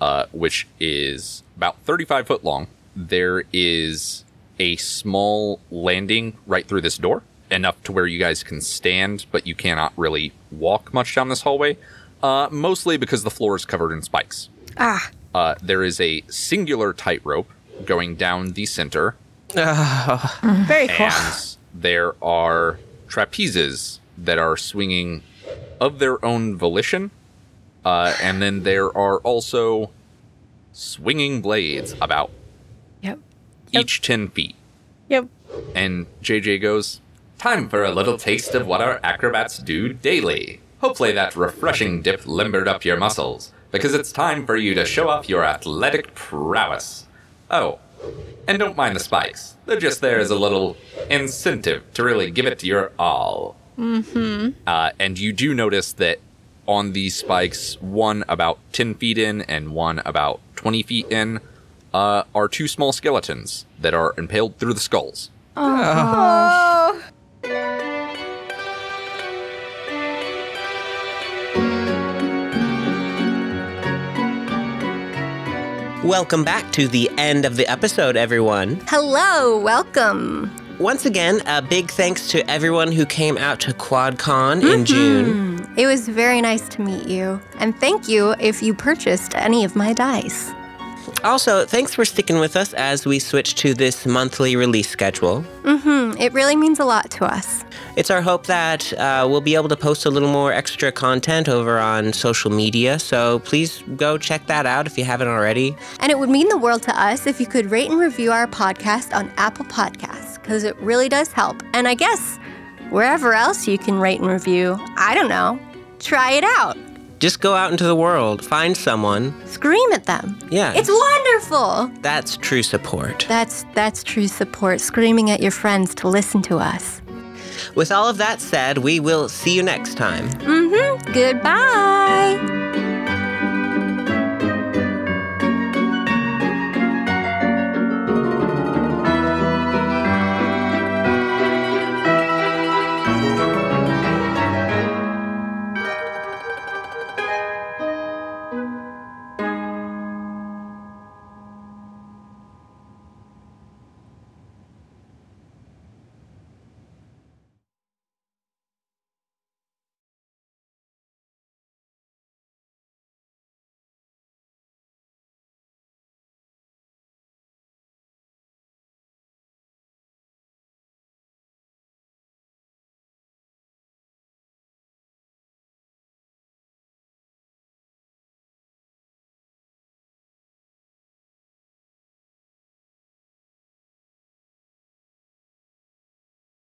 uh, which is about 35 foot long, there is a small landing right through this door, enough to where you guys can stand, but you cannot really walk much down this hallway, uh, mostly because the floor is covered in spikes. Ah. Uh, there is a singular tightrope going down the center, Very cool. and there are trapezes that are swinging of their own volition. Uh, and then there are also swinging blades about Yep. each 10 feet. Yep. And JJ goes, Time for a little taste of what our acrobats do daily. Hopefully, that refreshing dip limbered up your muscles, because it's time for you to show off your athletic prowess. Oh, and don't mind the spikes. They're just there as a little incentive to really give it your all. Mm-hmm. Uh, and you do notice that on these spikes, one about 10 feet in and one about 20 feet in, uh, are two small skeletons that are impaled through the skulls. Welcome back to the end of the episode, everyone. Hello, welcome. Once again, a big thanks to everyone who came out to QuadCon in June. It was very nice to meet you. And thank you if you purchased any of my dice. Also, thanks for sticking with us as we switch to this monthly release schedule. It really means a lot to us. It's our hope that uh, we'll be able to post a little more extra content over on social media, so please go check that out if you haven't already. And it would mean the world to us if you could rate and review our podcast on Apple Podcasts, because it really does help. And I guess wherever else you can rate and review, I don't know, try it out. Just go out into the world, find someone. Scream at them. Yeah. It's wonderful. That's true support. That's that's true support, screaming at your friends to listen to us. With all of that said, we will see you next time. Mm-hmm. Goodbye.